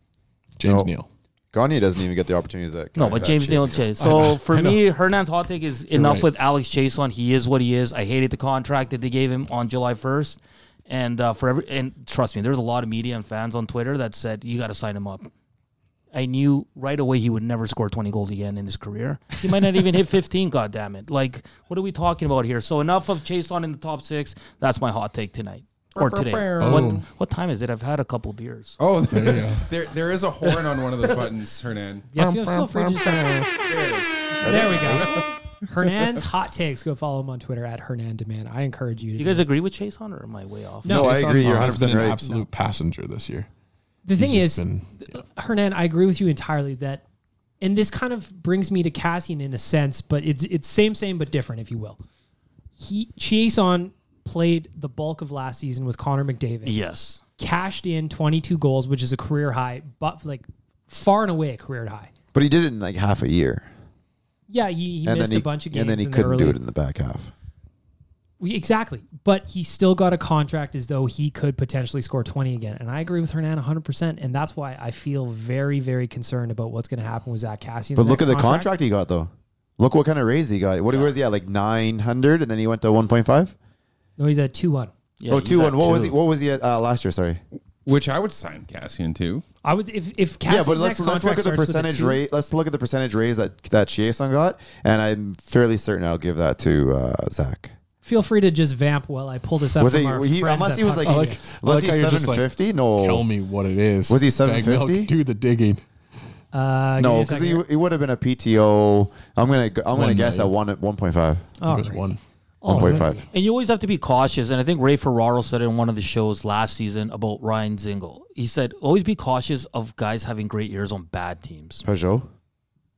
James Neal.
Gagne doesn't even get the opportunities that.
No,
Gagne
but
had.
James Neal
Chase.
Chase. So for
I know.
me, Hernan's hot take is enough
right.
with Alex Chase on. He is what he is. I hated the contract that they gave him on July first, and uh, for every and trust me, there's a lot of media and fans on Twitter that said you got to sign him up. I knew right away he would never score 20 goals again in his career. He might not even hit 15. God damn it! Like what are we talking about here? So enough of Chase on in the top six. That's my hot take tonight or today. What
Boom.
what time is it? I've had a couple beers.
Oh, there, there, there is a horn on one of those buttons, Hernan.
Yeah, feel, feel free to just There we go. Hernan's hot takes. Go follow him on Twitter at Hernan Demand. I encourage you to.
You
do
guys
that.
agree with Chase on or am I way off?
No, I agree. You're
He's
100 percent
been an
right.
absolute passenger this year.
the thing
He's
is,
just been-
Hernan, I agree with you entirely that, and this kind of brings me to Cassian in a sense, but it's it's same same but different, if you will. He Chiason played the bulk of last season with Connor McDavid,
Yes.
cashed in 22 goals, which is a career high, but like far and away a career high.
(laughs) But he did it in like half a year,
Yeah, he, he
and
missed
then he
a bunch of games,
and then he
in the
couldn't
early-
do it in the back half.
We, exactly. But he still got a contract as though he could potentially score 20 again. And I agree with Hernan 100%. And that's why I feel very, very concerned about what's going to happen with Zach Cassian.
But look at the contract. he got though. Look what kind of raise he got. What was he at? Like 900, and then he went to 1.5.
No, he's at 2 1.
Yeah,
Oh,
he's
two
at
one. What was
two.
he? What was he at uh, last year? Sorry.
Which I would sign Cassian to.
I would, if, if Cassian's
yeah, but
next
let's let's look
contract starts
at the
with a
percentage
two-
rate. Let's look at the percentage raise that that Chieson got, and I'm fairly certain I'll give that to uh, Zach.
Feel free to just vamp while I pull this up.
Was
from
he,
our
he
friends
unless
at
he was
Puck
like,
I
Media.
like- I
was
like
he
how you're just like,
750? no,
Tell me what it is.
Was he
Bag milk,
750?
Do the digging.
Uh, give me
no,
a
because
second.
he, he would have been a PTO. I'm gonna go- I'm gonna
One
guess at
million.
one at 1.5,
All
it was
right.
one.
Oh,
1.5.
And you always have to be cautious. And I think Ray Ferraro said it in one of the shows last season about Ryan Zingle. He said, always be cautious of guys having great years on bad teams.
Peugeot.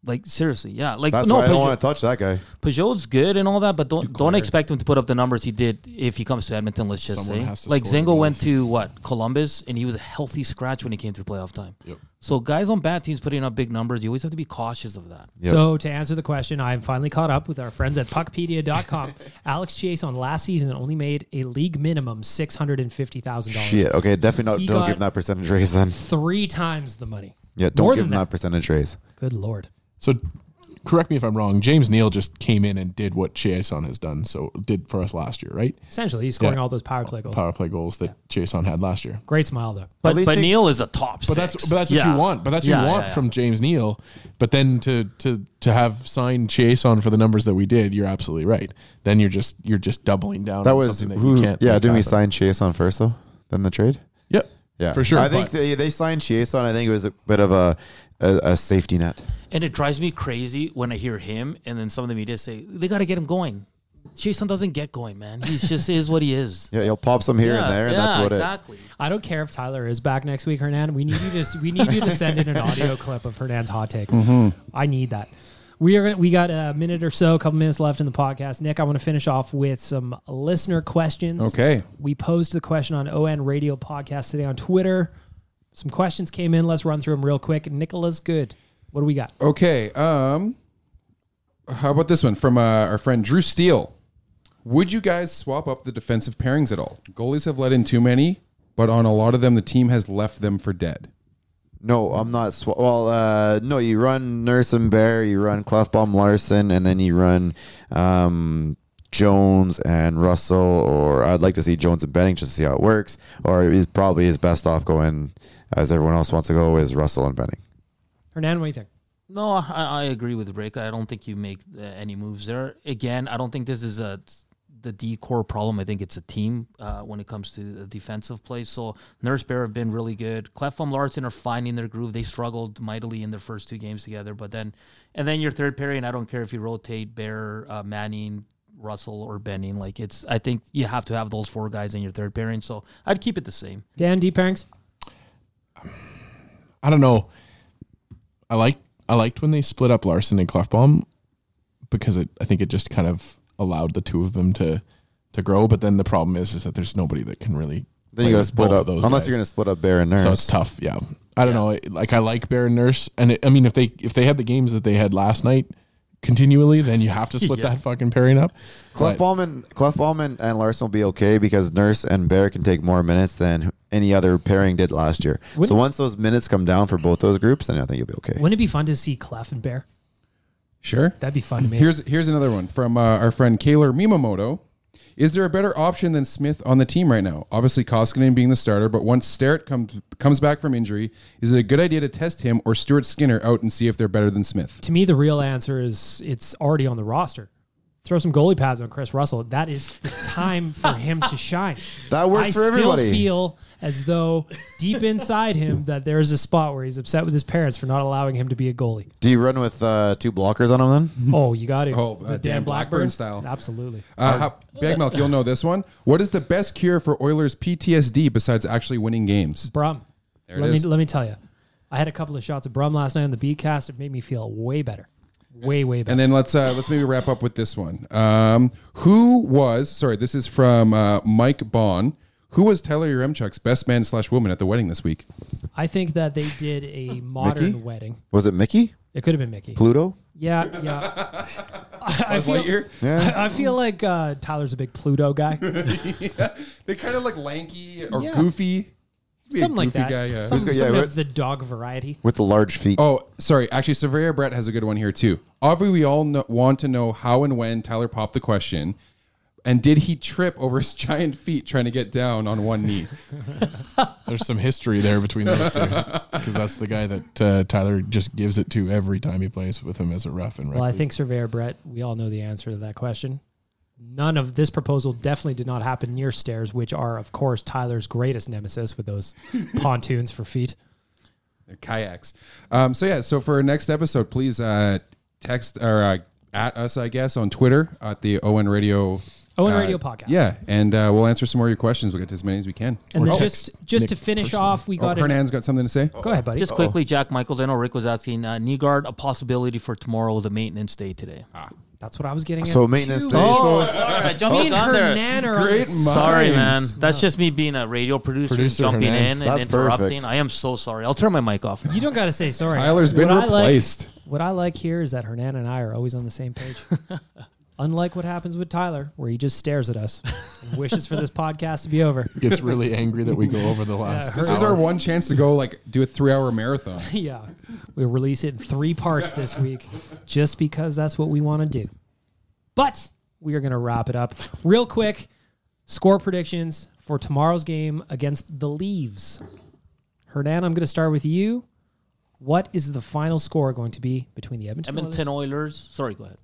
Like, seriously, yeah. Like,
That's
no,
why I don't want
Peugeot,
to touch that guy.
Peugeot's good and all that, but don't don't expect him to put up the numbers he did if he comes to Edmonton, let's just
Someone has
say.
to
Like,
score the
Zingle went
goals.
to what? Columbus, and he was a healthy scratch when he came to playoff time.
Yep.
So, guys on bad teams putting up big numbers, you always have to be cautious of that.
Yep.
So to answer the question, I'm finally caught up with our friends at
(laughs)
puckpedia.com. Alex Chiasson last season only made a league minimum $650,000.
Shit. Okay, definitely
He
not, don't
got-
give him that percentage raise then.
Three times the money.
Yeah, don't
More
give
than
him that. percentage raise.
Good lord.
So, correct me if I'm wrong. James Neal just came in and did what Chiasson has done. So did for us last year, right?
Essentially, he's scoring
Yeah.
all those power play goals.
Power play goals that Chiasson had last year.
Great smile though.
But,
least
but
they-
Neil is a top
But
six.
that's but that's what
Yeah.
you want. But that's what
Yeah,
you
yeah,
want
yeah.
from James Neal. But then to to to have signed Chiasson for the numbers that we did, you're absolutely right. Then you're just you're just doubling down.
That
on
was
something that
who?
you can't.
yeah,
make
didn't we
happen.
sign Chase on first though? Then the trade.
Yep.
Yeah,
For sure.
I think
but-
they, they signed Chase on. I think it was a bit of a a, a safety net.
And it drives me crazy when I hear him and then some of the media say, they got to get him going. Jason doesn't get going, Oh, man. He just is what he is.
Yeah, he'll pop some here and there, and that's what
exactly.
(laughs) I don't care if Tyler is back next week, Hernan. We need you to we need you to send in an
(laughs)
audio clip of Hernan's hot take.
Mm-hmm.
I need that. We are gonna, we got a minute or so, a couple minutes left in the podcast. Nick, I want to finish off with some listener questions.
Okay.
We posed the question on ON Radio Podcast today on Twitter. Some questions came in. Let's run through them real quick. Nicholas Good, what do we got?
Okay. Um, how about this one from uh, our friend Drew Steele? Would you guys swap up the defensive pairings at all? Goalies have let in too many, but on a lot of them, the team has left them for dead.
it. No, I'm not. Sw- well, uh, no, you run Nurse and Bear, you run Clefbaum Larson, and then you run um, Jones and Russell. Or I'd like to see Jones and Benning just to see how it works. Or he's probably his best off going as everyone else wants to go is Russell and Benning.
Hernan, what do you think?
No, I, I agree with Rick. I don't think you make uh, any moves there. Again, I don't think this is a the D core problem. I think it's a team uh, when it comes to the defensive play. So Nurse Bear have been really good. Clefbaum Larson are finding their groove. They struggled mightily in their first two games together, but then and then your third pairing. I don't care if you rotate Bear, uh, Manning, Russell, or Benning. Like it's, I think you have to have those four guys in your third pairing. So I'd keep it the same.
Dan D Parings?
I don't know. I like I liked when they split up Larson and Clefbaum because it I think it just kind of allowed the two of them to to grow. But then the problem is is that there's nobody that can really.
Then
play
you got to
with
split
both
up
of those
unless
guys.
you're going to split up Bear and Nurse.
So it's tough. Yeah, I don't know. It- Like I like Baron Nurse, and it, I mean if they if they had the games that they had last night continually, then you have to
(laughs)
split that fucking pairing up. But
Clefbaum and Clefbaum and, and Larson will be okay because Nurse and Bear can take more minutes than any other pairing did last year. so
Wouldn't-
once those minutes come down for both those groups, then I think you'll be okay.
Wouldn't it be fun to see Clef and Bear?
Sure.
That'd be fun to me.
Here's here's another one from uh, our friend Kaylor Mimamoto. Is there a better option than Smith on the team right now? Obviously, Koskinen being the starter, but once Sterrett comes comes back from injury, is it a good idea to test him or Stuart Skinner out and see if they're better than Smith?
to me, the real answer is it's already on the roster. Throw some goalie pads on Chris Russell. That is
(laughs)
time for him to shine.
That works
I
for everybody.
still feel as though deep inside him that there is a spot where he's upset with his parents for not allowing him to be a
(laughs)
goalie.
Do you run with uh, two blockers on him then?
Oh, you got it.
Oh, uh,
The
Dan Blackburn style.
Absolutely.
Uh, how, Bag Milk, you'll know this one. What is the best cure for Oilers PTSD besides actually winning games?
Brum.
it
let
is.
me let me tell you. I had a couple of shots of Brum last night on the B cast. It made me feel way better. Way, way better.
And then let's uh, let's maybe wrap up with this one. Um, who was sorry? This is from uh, Mike Bond. Who was Tyler Remchuk's best man slash woman at the wedding this week?
I think that they did
(laughs)
a modern
Mickey?
wedding.
Was it Mickey?
It could have been Mickey.
Pluto?
Yeah, yeah.
(laughs)
I, I feel,
Lightyear?
I feel like uh, Tyler's a big Pluto guy.
They kind of like lanky or
Yeah.
goofy. Be a
Something like
goofy
that.
guy, yeah.
Some,
Who's got- yeah,
somebody
what-
of the dog variety.
With the large feet.
Oh, sorry. Actually, Surveyor Brett has a good one here too. Obviously, we all kno- want to know how and when Tyler popped the question, and did he trip over his (laughs) giant feet trying to get down on one knee?
There's some history there between those two because that's the guy that uh, Tyler just gives it to every time he plays with him as a ref and
Well, I think Surveyor Brett, we all know the answer to that question. None of this proposal definitely did not happen near stairs, which are, of course, Tyler's greatest nemesis with
(laughs)
those pontoons for feet.
They're kayaks. Um, so yeah, so for our next episode, please uh, text or uh, at us, I guess, on Twitter at the ON Radio.
Owen
uh,
Oh, Radio Podcast.
Yeah, and uh, we'll answer some more of your questions. We'll get to as many as we can.
And then
Or
just
text
just
Nick
to finish
personally.
off, we
Oh,
got it.
Hernan's got something to say.
Go ahead, buddy.
Just quickly, Jack Michaels. I know Rick was asking uh, Nygaard a possibility for tomorrow with a maintenance day today.
Ah.
That's what I was getting
So
at.
maintenance
too.
day.
Oh, sorry, I jumped
Me and
on there.
Hernan are on
Great
the
mind.
Sorry, man.
Minds.
That's just me being a radio producer,
Producer
jumping
Hernan.
in
That's
and interrupting.
perfect.
I am so sorry. I'll turn my mic off.
You don't got to say sorry.
Tyler's been
What I like-
replaced.
what I like here is that Hernan and I are always on the same
(laughs)
page. Unlike what happens with Tyler, where he just stares at us and wishes
(laughs)
for this podcast to be over.
gets really angry that we go over the
Uh,
last.
This is our one chance to go like do a three-hour marathon.
(laughs) yeah. We'll release it in three parts this week just because that's what we want to do. But we are going to wrap it up real quick. Score predictions for tomorrow's game against the Leaves. Hernan, I'm going to start with you. What is the final score going to be between the Edmonton,
Edmonton Oilers. Sorry, go ahead.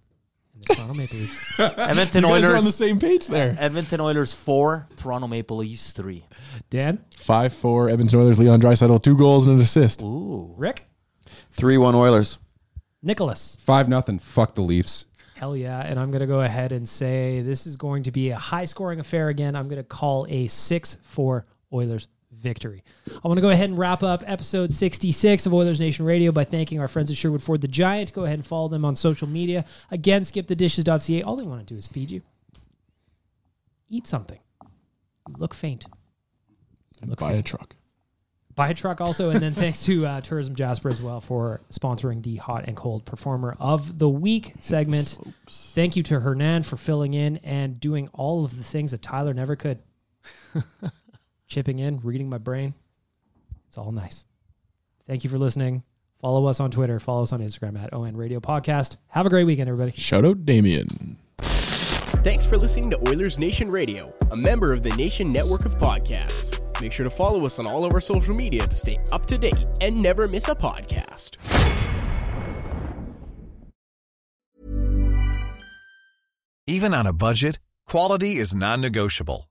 Oilers and the Toronto Maple Leafs?
Edmonton
You guys are on the
Oilers.
same page there.
Edmonton Oilers four. Toronto Maple Leafs three.
Dan,
Five four Edmonton Oilers. Leon Drysaddle two goals and an assist.
Rick,
3 1 Oilers.
Nicholas.
Five nothing. Fuck the Leafs.
Hell yeah. And I'm going to go ahead and say this is going to be a high scoring affair again. I'm going to call a 6 4 Oilers victory. I want to go ahead and wrap up episode 66 of Oilers Nation Radio by thanking our friends at Sherwood Ford the Giant. Go ahead and follow them on social media. Again, skipthedishes.ca. All they want to do is feed you. Eat something. You Look faint.
And buy a truck.
Buy a truck also. And then thanks to uh, Tourism Jasper as well for sponsoring the Hot and Cold Performer of the Week segment. Thank you to Hernan for filling in and doing all of the things that Tyler never could. Chipping in, reading my brain. It's all nice. Thank you for listening. Follow us on Twitter. Follow us on Instagram at ON Radio Podcast. Have a great weekend, everybody.
Shout out Damien.
Thanks for listening to Oilers Nation Radio, a member of the Nation Network of Podcasts. Make sure to follow us on all of our social media to stay up to date and never miss a podcast.
Even on a budget, quality is non-negotiable.